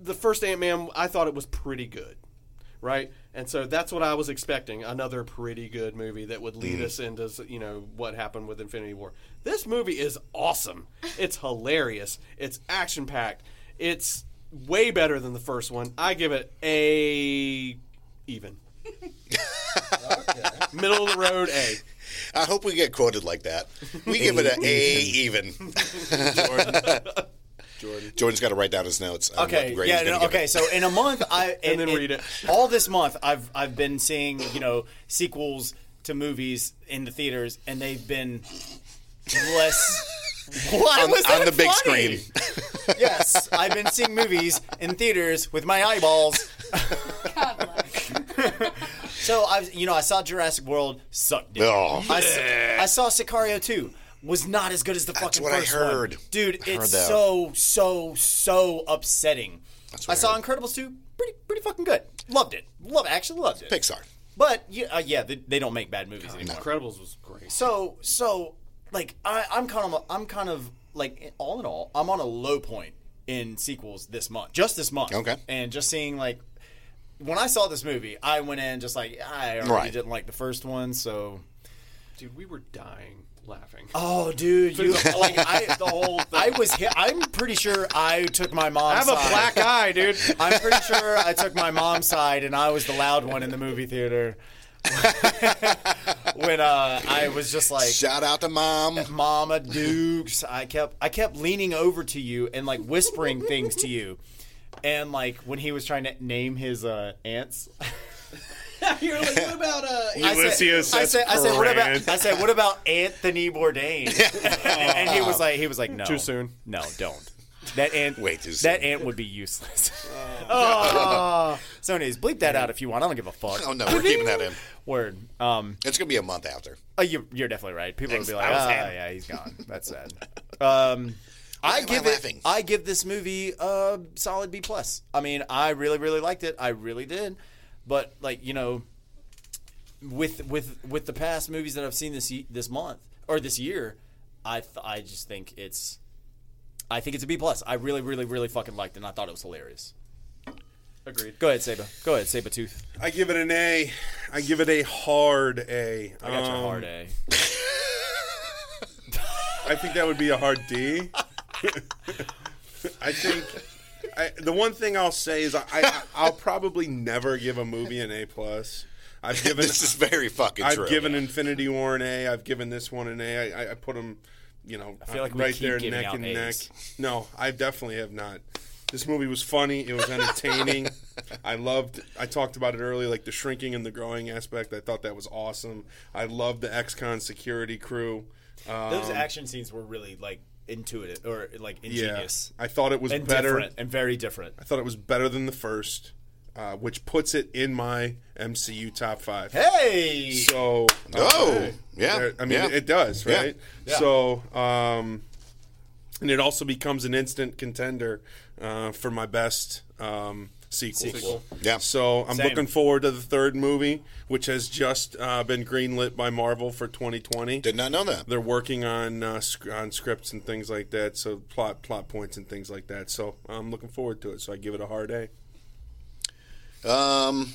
Speaker 5: the first Ant Man. I thought it was pretty good, right? And so that's what I was expecting. Another pretty good movie that would lead us into you know what happened with Infinity War. This movie is awesome. It's hilarious. It's action packed. It's way better than the first one. I give it a even. Middle of the road A.
Speaker 8: I hope we get quoted like that. We give it an A even. Jordan. Jordan's got to write down his notes. on what
Speaker 3: Okay,
Speaker 8: grade
Speaker 3: yeah,
Speaker 8: he's gonna
Speaker 3: no,
Speaker 8: give
Speaker 3: okay.
Speaker 8: it.
Speaker 3: So in a month, I and,
Speaker 5: then read it.
Speaker 3: All this month, I've I've been seeing you know sequels to movies in the theaters, and they've been less. Why
Speaker 8: On-
Speaker 3: was that
Speaker 8: on the big
Speaker 3: funny? yes, I've been seeing movies in theaters with my eyeballs. so I, have you know, I saw Jurassic World, sucked dick.
Speaker 8: Oh.
Speaker 3: I, s- I saw Sicario 2. Was not as good as the fucking
Speaker 8: what I
Speaker 3: first one.
Speaker 8: heard.
Speaker 3: dude.
Speaker 8: I heard
Speaker 3: It's
Speaker 8: that.
Speaker 3: so so so upsetting. I
Speaker 8: what I
Speaker 3: saw
Speaker 8: heard.
Speaker 3: Incredibles 2, pretty pretty fucking good. Loved it. Love actually loved it.
Speaker 8: Pixar.
Speaker 3: But yeah, uh, yeah, they, they don't make bad movies anymore.
Speaker 5: Incredibles was great.
Speaker 3: So so like I, I'm kind of I'm kind of like all in all I'm on a low point in sequels this month, just this month.
Speaker 8: Okay.
Speaker 3: and just seeing like when I saw this movie, I went in just like "Ah, I already
Speaker 8: Right.
Speaker 3: didn't like the first one, so
Speaker 5: Dude, we were dying laughing.
Speaker 3: oh dude, you like I
Speaker 5: the whole thing.
Speaker 3: I was hit. I'm pretty sure I took my mom's.
Speaker 5: I have a
Speaker 3: side.
Speaker 5: black eye, dude.
Speaker 3: I'm pretty sure I took my mom's side, and I was the loud one in the movie theater. when uh, I was just like,
Speaker 8: Shout out to mom.
Speaker 3: Mama Dukes. I kept I kept leaning over to you and like whispering things to you. And like when he was trying to name his uh, ants,
Speaker 5: You're like, what about uh?
Speaker 3: I
Speaker 11: Ulysses
Speaker 3: said, I said, I said, what about
Speaker 11: Grant."
Speaker 3: I said, what about Anthony Bourdain? and he was like, he was like, no,
Speaker 5: Too soon.
Speaker 3: no, don't. That ant,
Speaker 8: Way too
Speaker 3: that
Speaker 8: soon.
Speaker 3: ant would be useless. Oh. so, anyways, bleep that out if you want. I don't give a fuck.
Speaker 8: Oh no, we're keeping that in.
Speaker 3: Word. Um,
Speaker 8: It's gonna be a month after.
Speaker 3: oh, you, you're definitely right. People will be like,
Speaker 8: I was
Speaker 3: ah,
Speaker 8: him."
Speaker 3: yeah, he's gone. That's sad. Um, I
Speaker 8: am I
Speaker 3: give it.
Speaker 8: laughing?
Speaker 3: I give this movie a solid B plus. I mean, I really, really liked it. I really did. But like you know, with with with the past movies that I've seen this ye- this month or this year, I th- I just think it's. I think it's a B plus. I really, really, really fucking liked it. and I thought it was hilarious.
Speaker 5: Agreed.
Speaker 3: Go ahead, Saba. Go ahead, Saba Tooth.
Speaker 4: I give it an A. I give it a hard A.
Speaker 3: I got you a
Speaker 4: Um,
Speaker 3: hard A.
Speaker 4: I think that would be a hard D. I think I, the one thing I'll say is I, I I'll probably never give a movie an A plus. I've given
Speaker 8: This is very fucking
Speaker 4: I've
Speaker 8: true.
Speaker 4: given Infinity War an A. I've given this one an A. I, I- I put them, you know,
Speaker 3: feel like we
Speaker 4: right
Speaker 3: keep
Speaker 4: there
Speaker 3: giving
Speaker 4: neck
Speaker 3: out
Speaker 4: and
Speaker 3: A's.
Speaker 4: neck. No, I definitely have not. This movie was funny. It was entertaining. I loved. I talked about it earlier, like the shrinking and the growing aspect. I thought that was awesome. I loved the ex-con security crew. Um,
Speaker 3: Those action scenes were really like intuitive or like ingenious.
Speaker 4: I thought it was
Speaker 3: and
Speaker 4: better.
Speaker 3: different and very different.
Speaker 4: I thought it was better than the first, uh, which puts it in my MCU top five.
Speaker 3: Hey!
Speaker 4: So
Speaker 8: Oh,
Speaker 4: okay.
Speaker 8: yeah,
Speaker 4: There- I mean,
Speaker 8: yeah.
Speaker 4: it does,
Speaker 8: Yeah.
Speaker 4: right?
Speaker 3: Yeah.
Speaker 4: So, um, and it also becomes an instant contender uh, for my best um, sequel.
Speaker 3: Sequel.
Speaker 8: Yeah.
Speaker 4: So I'm
Speaker 3: Same.
Speaker 4: looking forward to the third movie, which has just uh, been greenlit by Marvel for 2020
Speaker 8: Did not know that.
Speaker 4: they're working on uh, sc- on scripts and things like that, so plot plot points and things like that. So I'm looking forward to it. So I give it a hard A.
Speaker 8: Um,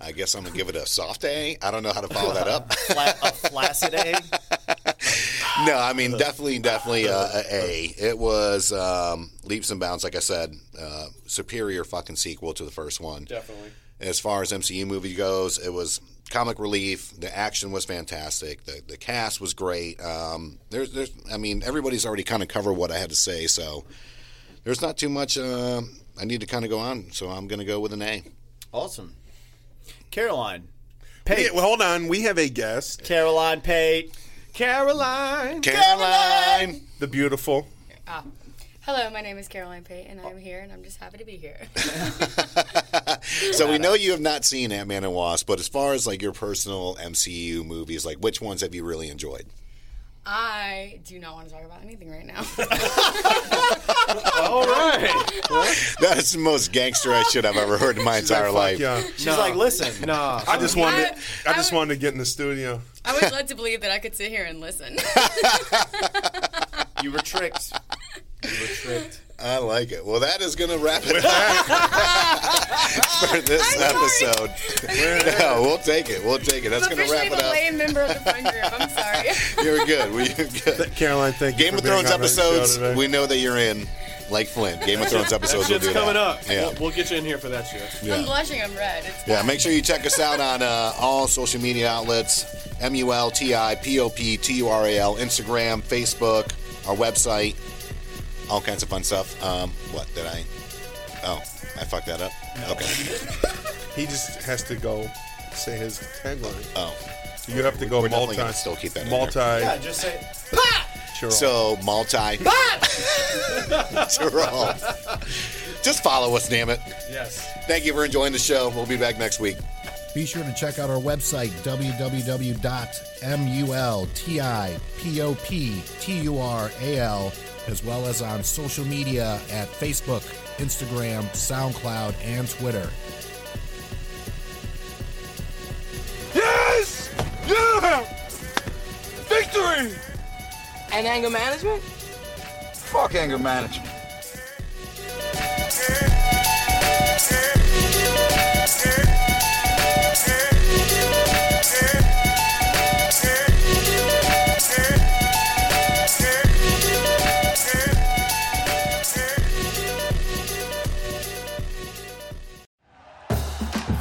Speaker 8: I guess I'm gonna give it a soft A. I don't know how to follow that up.
Speaker 3: Fla- a flaccid A.
Speaker 8: no, I mean definitely, definitely uh, a A. It was um, leaps and bounds, like I said, uh, superior fucking sequel to the first one.
Speaker 5: Definitely.
Speaker 8: As far as MCU movie goes, it was comic relief. The action was fantastic. The the cast was great. Um, there's there's I mean everybody's already kind of covered what I had to say, so there's not too much. Uh, I need to kind of go on, so I'm gonna go with an A.
Speaker 3: Awesome. Caroline.
Speaker 4: Hey,
Speaker 3: Pate.
Speaker 4: well, hold on. We have a guest,
Speaker 3: Caroline Pate.
Speaker 5: Caroline.
Speaker 8: Caroline.
Speaker 4: the beautiful.
Speaker 12: Ah. Hello, my name is Caroline Pate, and I'm here, and I'm just happy to be here.
Speaker 8: So we know you have not seen Ant Man and Wasp, but as far as like your personal MCU movies, like which ones have you really enjoyed?
Speaker 12: I do not want to talk about anything right now.
Speaker 5: All right.
Speaker 8: That is the most gangsterized shit I've ever heard in my entire life.
Speaker 4: Yeah,
Speaker 3: She's like, listen.
Speaker 5: Nah.
Speaker 4: I just wanted. to- I,
Speaker 12: I-
Speaker 4: just
Speaker 12: I-
Speaker 4: wanted to get in the studio.
Speaker 12: I was led to believe that I could sit here and listen.
Speaker 3: You were tricked. You were tricked.
Speaker 8: I like it. Well, that is going to wrap it up for this episode. no, we'll take it. We'll take it. That's
Speaker 12: I'm
Speaker 8: going to
Speaker 12: officially
Speaker 8: wrap
Speaker 12: the
Speaker 8: it up.
Speaker 12: lame member of the friend group. I'm sorry.
Speaker 8: You're good. We, you're good.
Speaker 4: Caroline, thank you.
Speaker 8: Game
Speaker 4: for
Speaker 8: of
Speaker 4: being
Speaker 8: Thrones
Speaker 4: on the show
Speaker 8: episodes,
Speaker 4: today.
Speaker 8: we know that you're in. Like Flynn, Game of Thrones episodes will
Speaker 5: Shit's
Speaker 8: do
Speaker 5: coming
Speaker 8: that.
Speaker 5: up.
Speaker 8: Yeah.
Speaker 5: We'll, we'll get you in here for that shit.
Speaker 12: I'm blushing. I'm red. It's
Speaker 8: Yeah, make sure you check us out on uh, all social media outlets M U L T I P O P T U R A L, Instagram, Facebook, our website, all kinds of fun stuff. Um, what did I? Oh, I fucked that up? Okay.
Speaker 4: He just has to go say his tagline.
Speaker 8: Oh.
Speaker 4: You have to go
Speaker 8: We're definitely
Speaker 4: multi.
Speaker 8: gonna still keep that in there.
Speaker 4: multi.
Speaker 3: Yeah, just say
Speaker 4: Sure.
Speaker 8: So, multi. Jerome. Just follow us, damn it.
Speaker 5: Yes.
Speaker 8: Thank you for enjoying the show. We'll be back next week.
Speaker 13: Be sure to check out our website, www.multipoptural, as well as on social media at Facebook, Instagram, SoundCloud, and Twitter.
Speaker 14: Yes! Yeah! Victory!
Speaker 15: And anger management?
Speaker 14: Fuck anger management.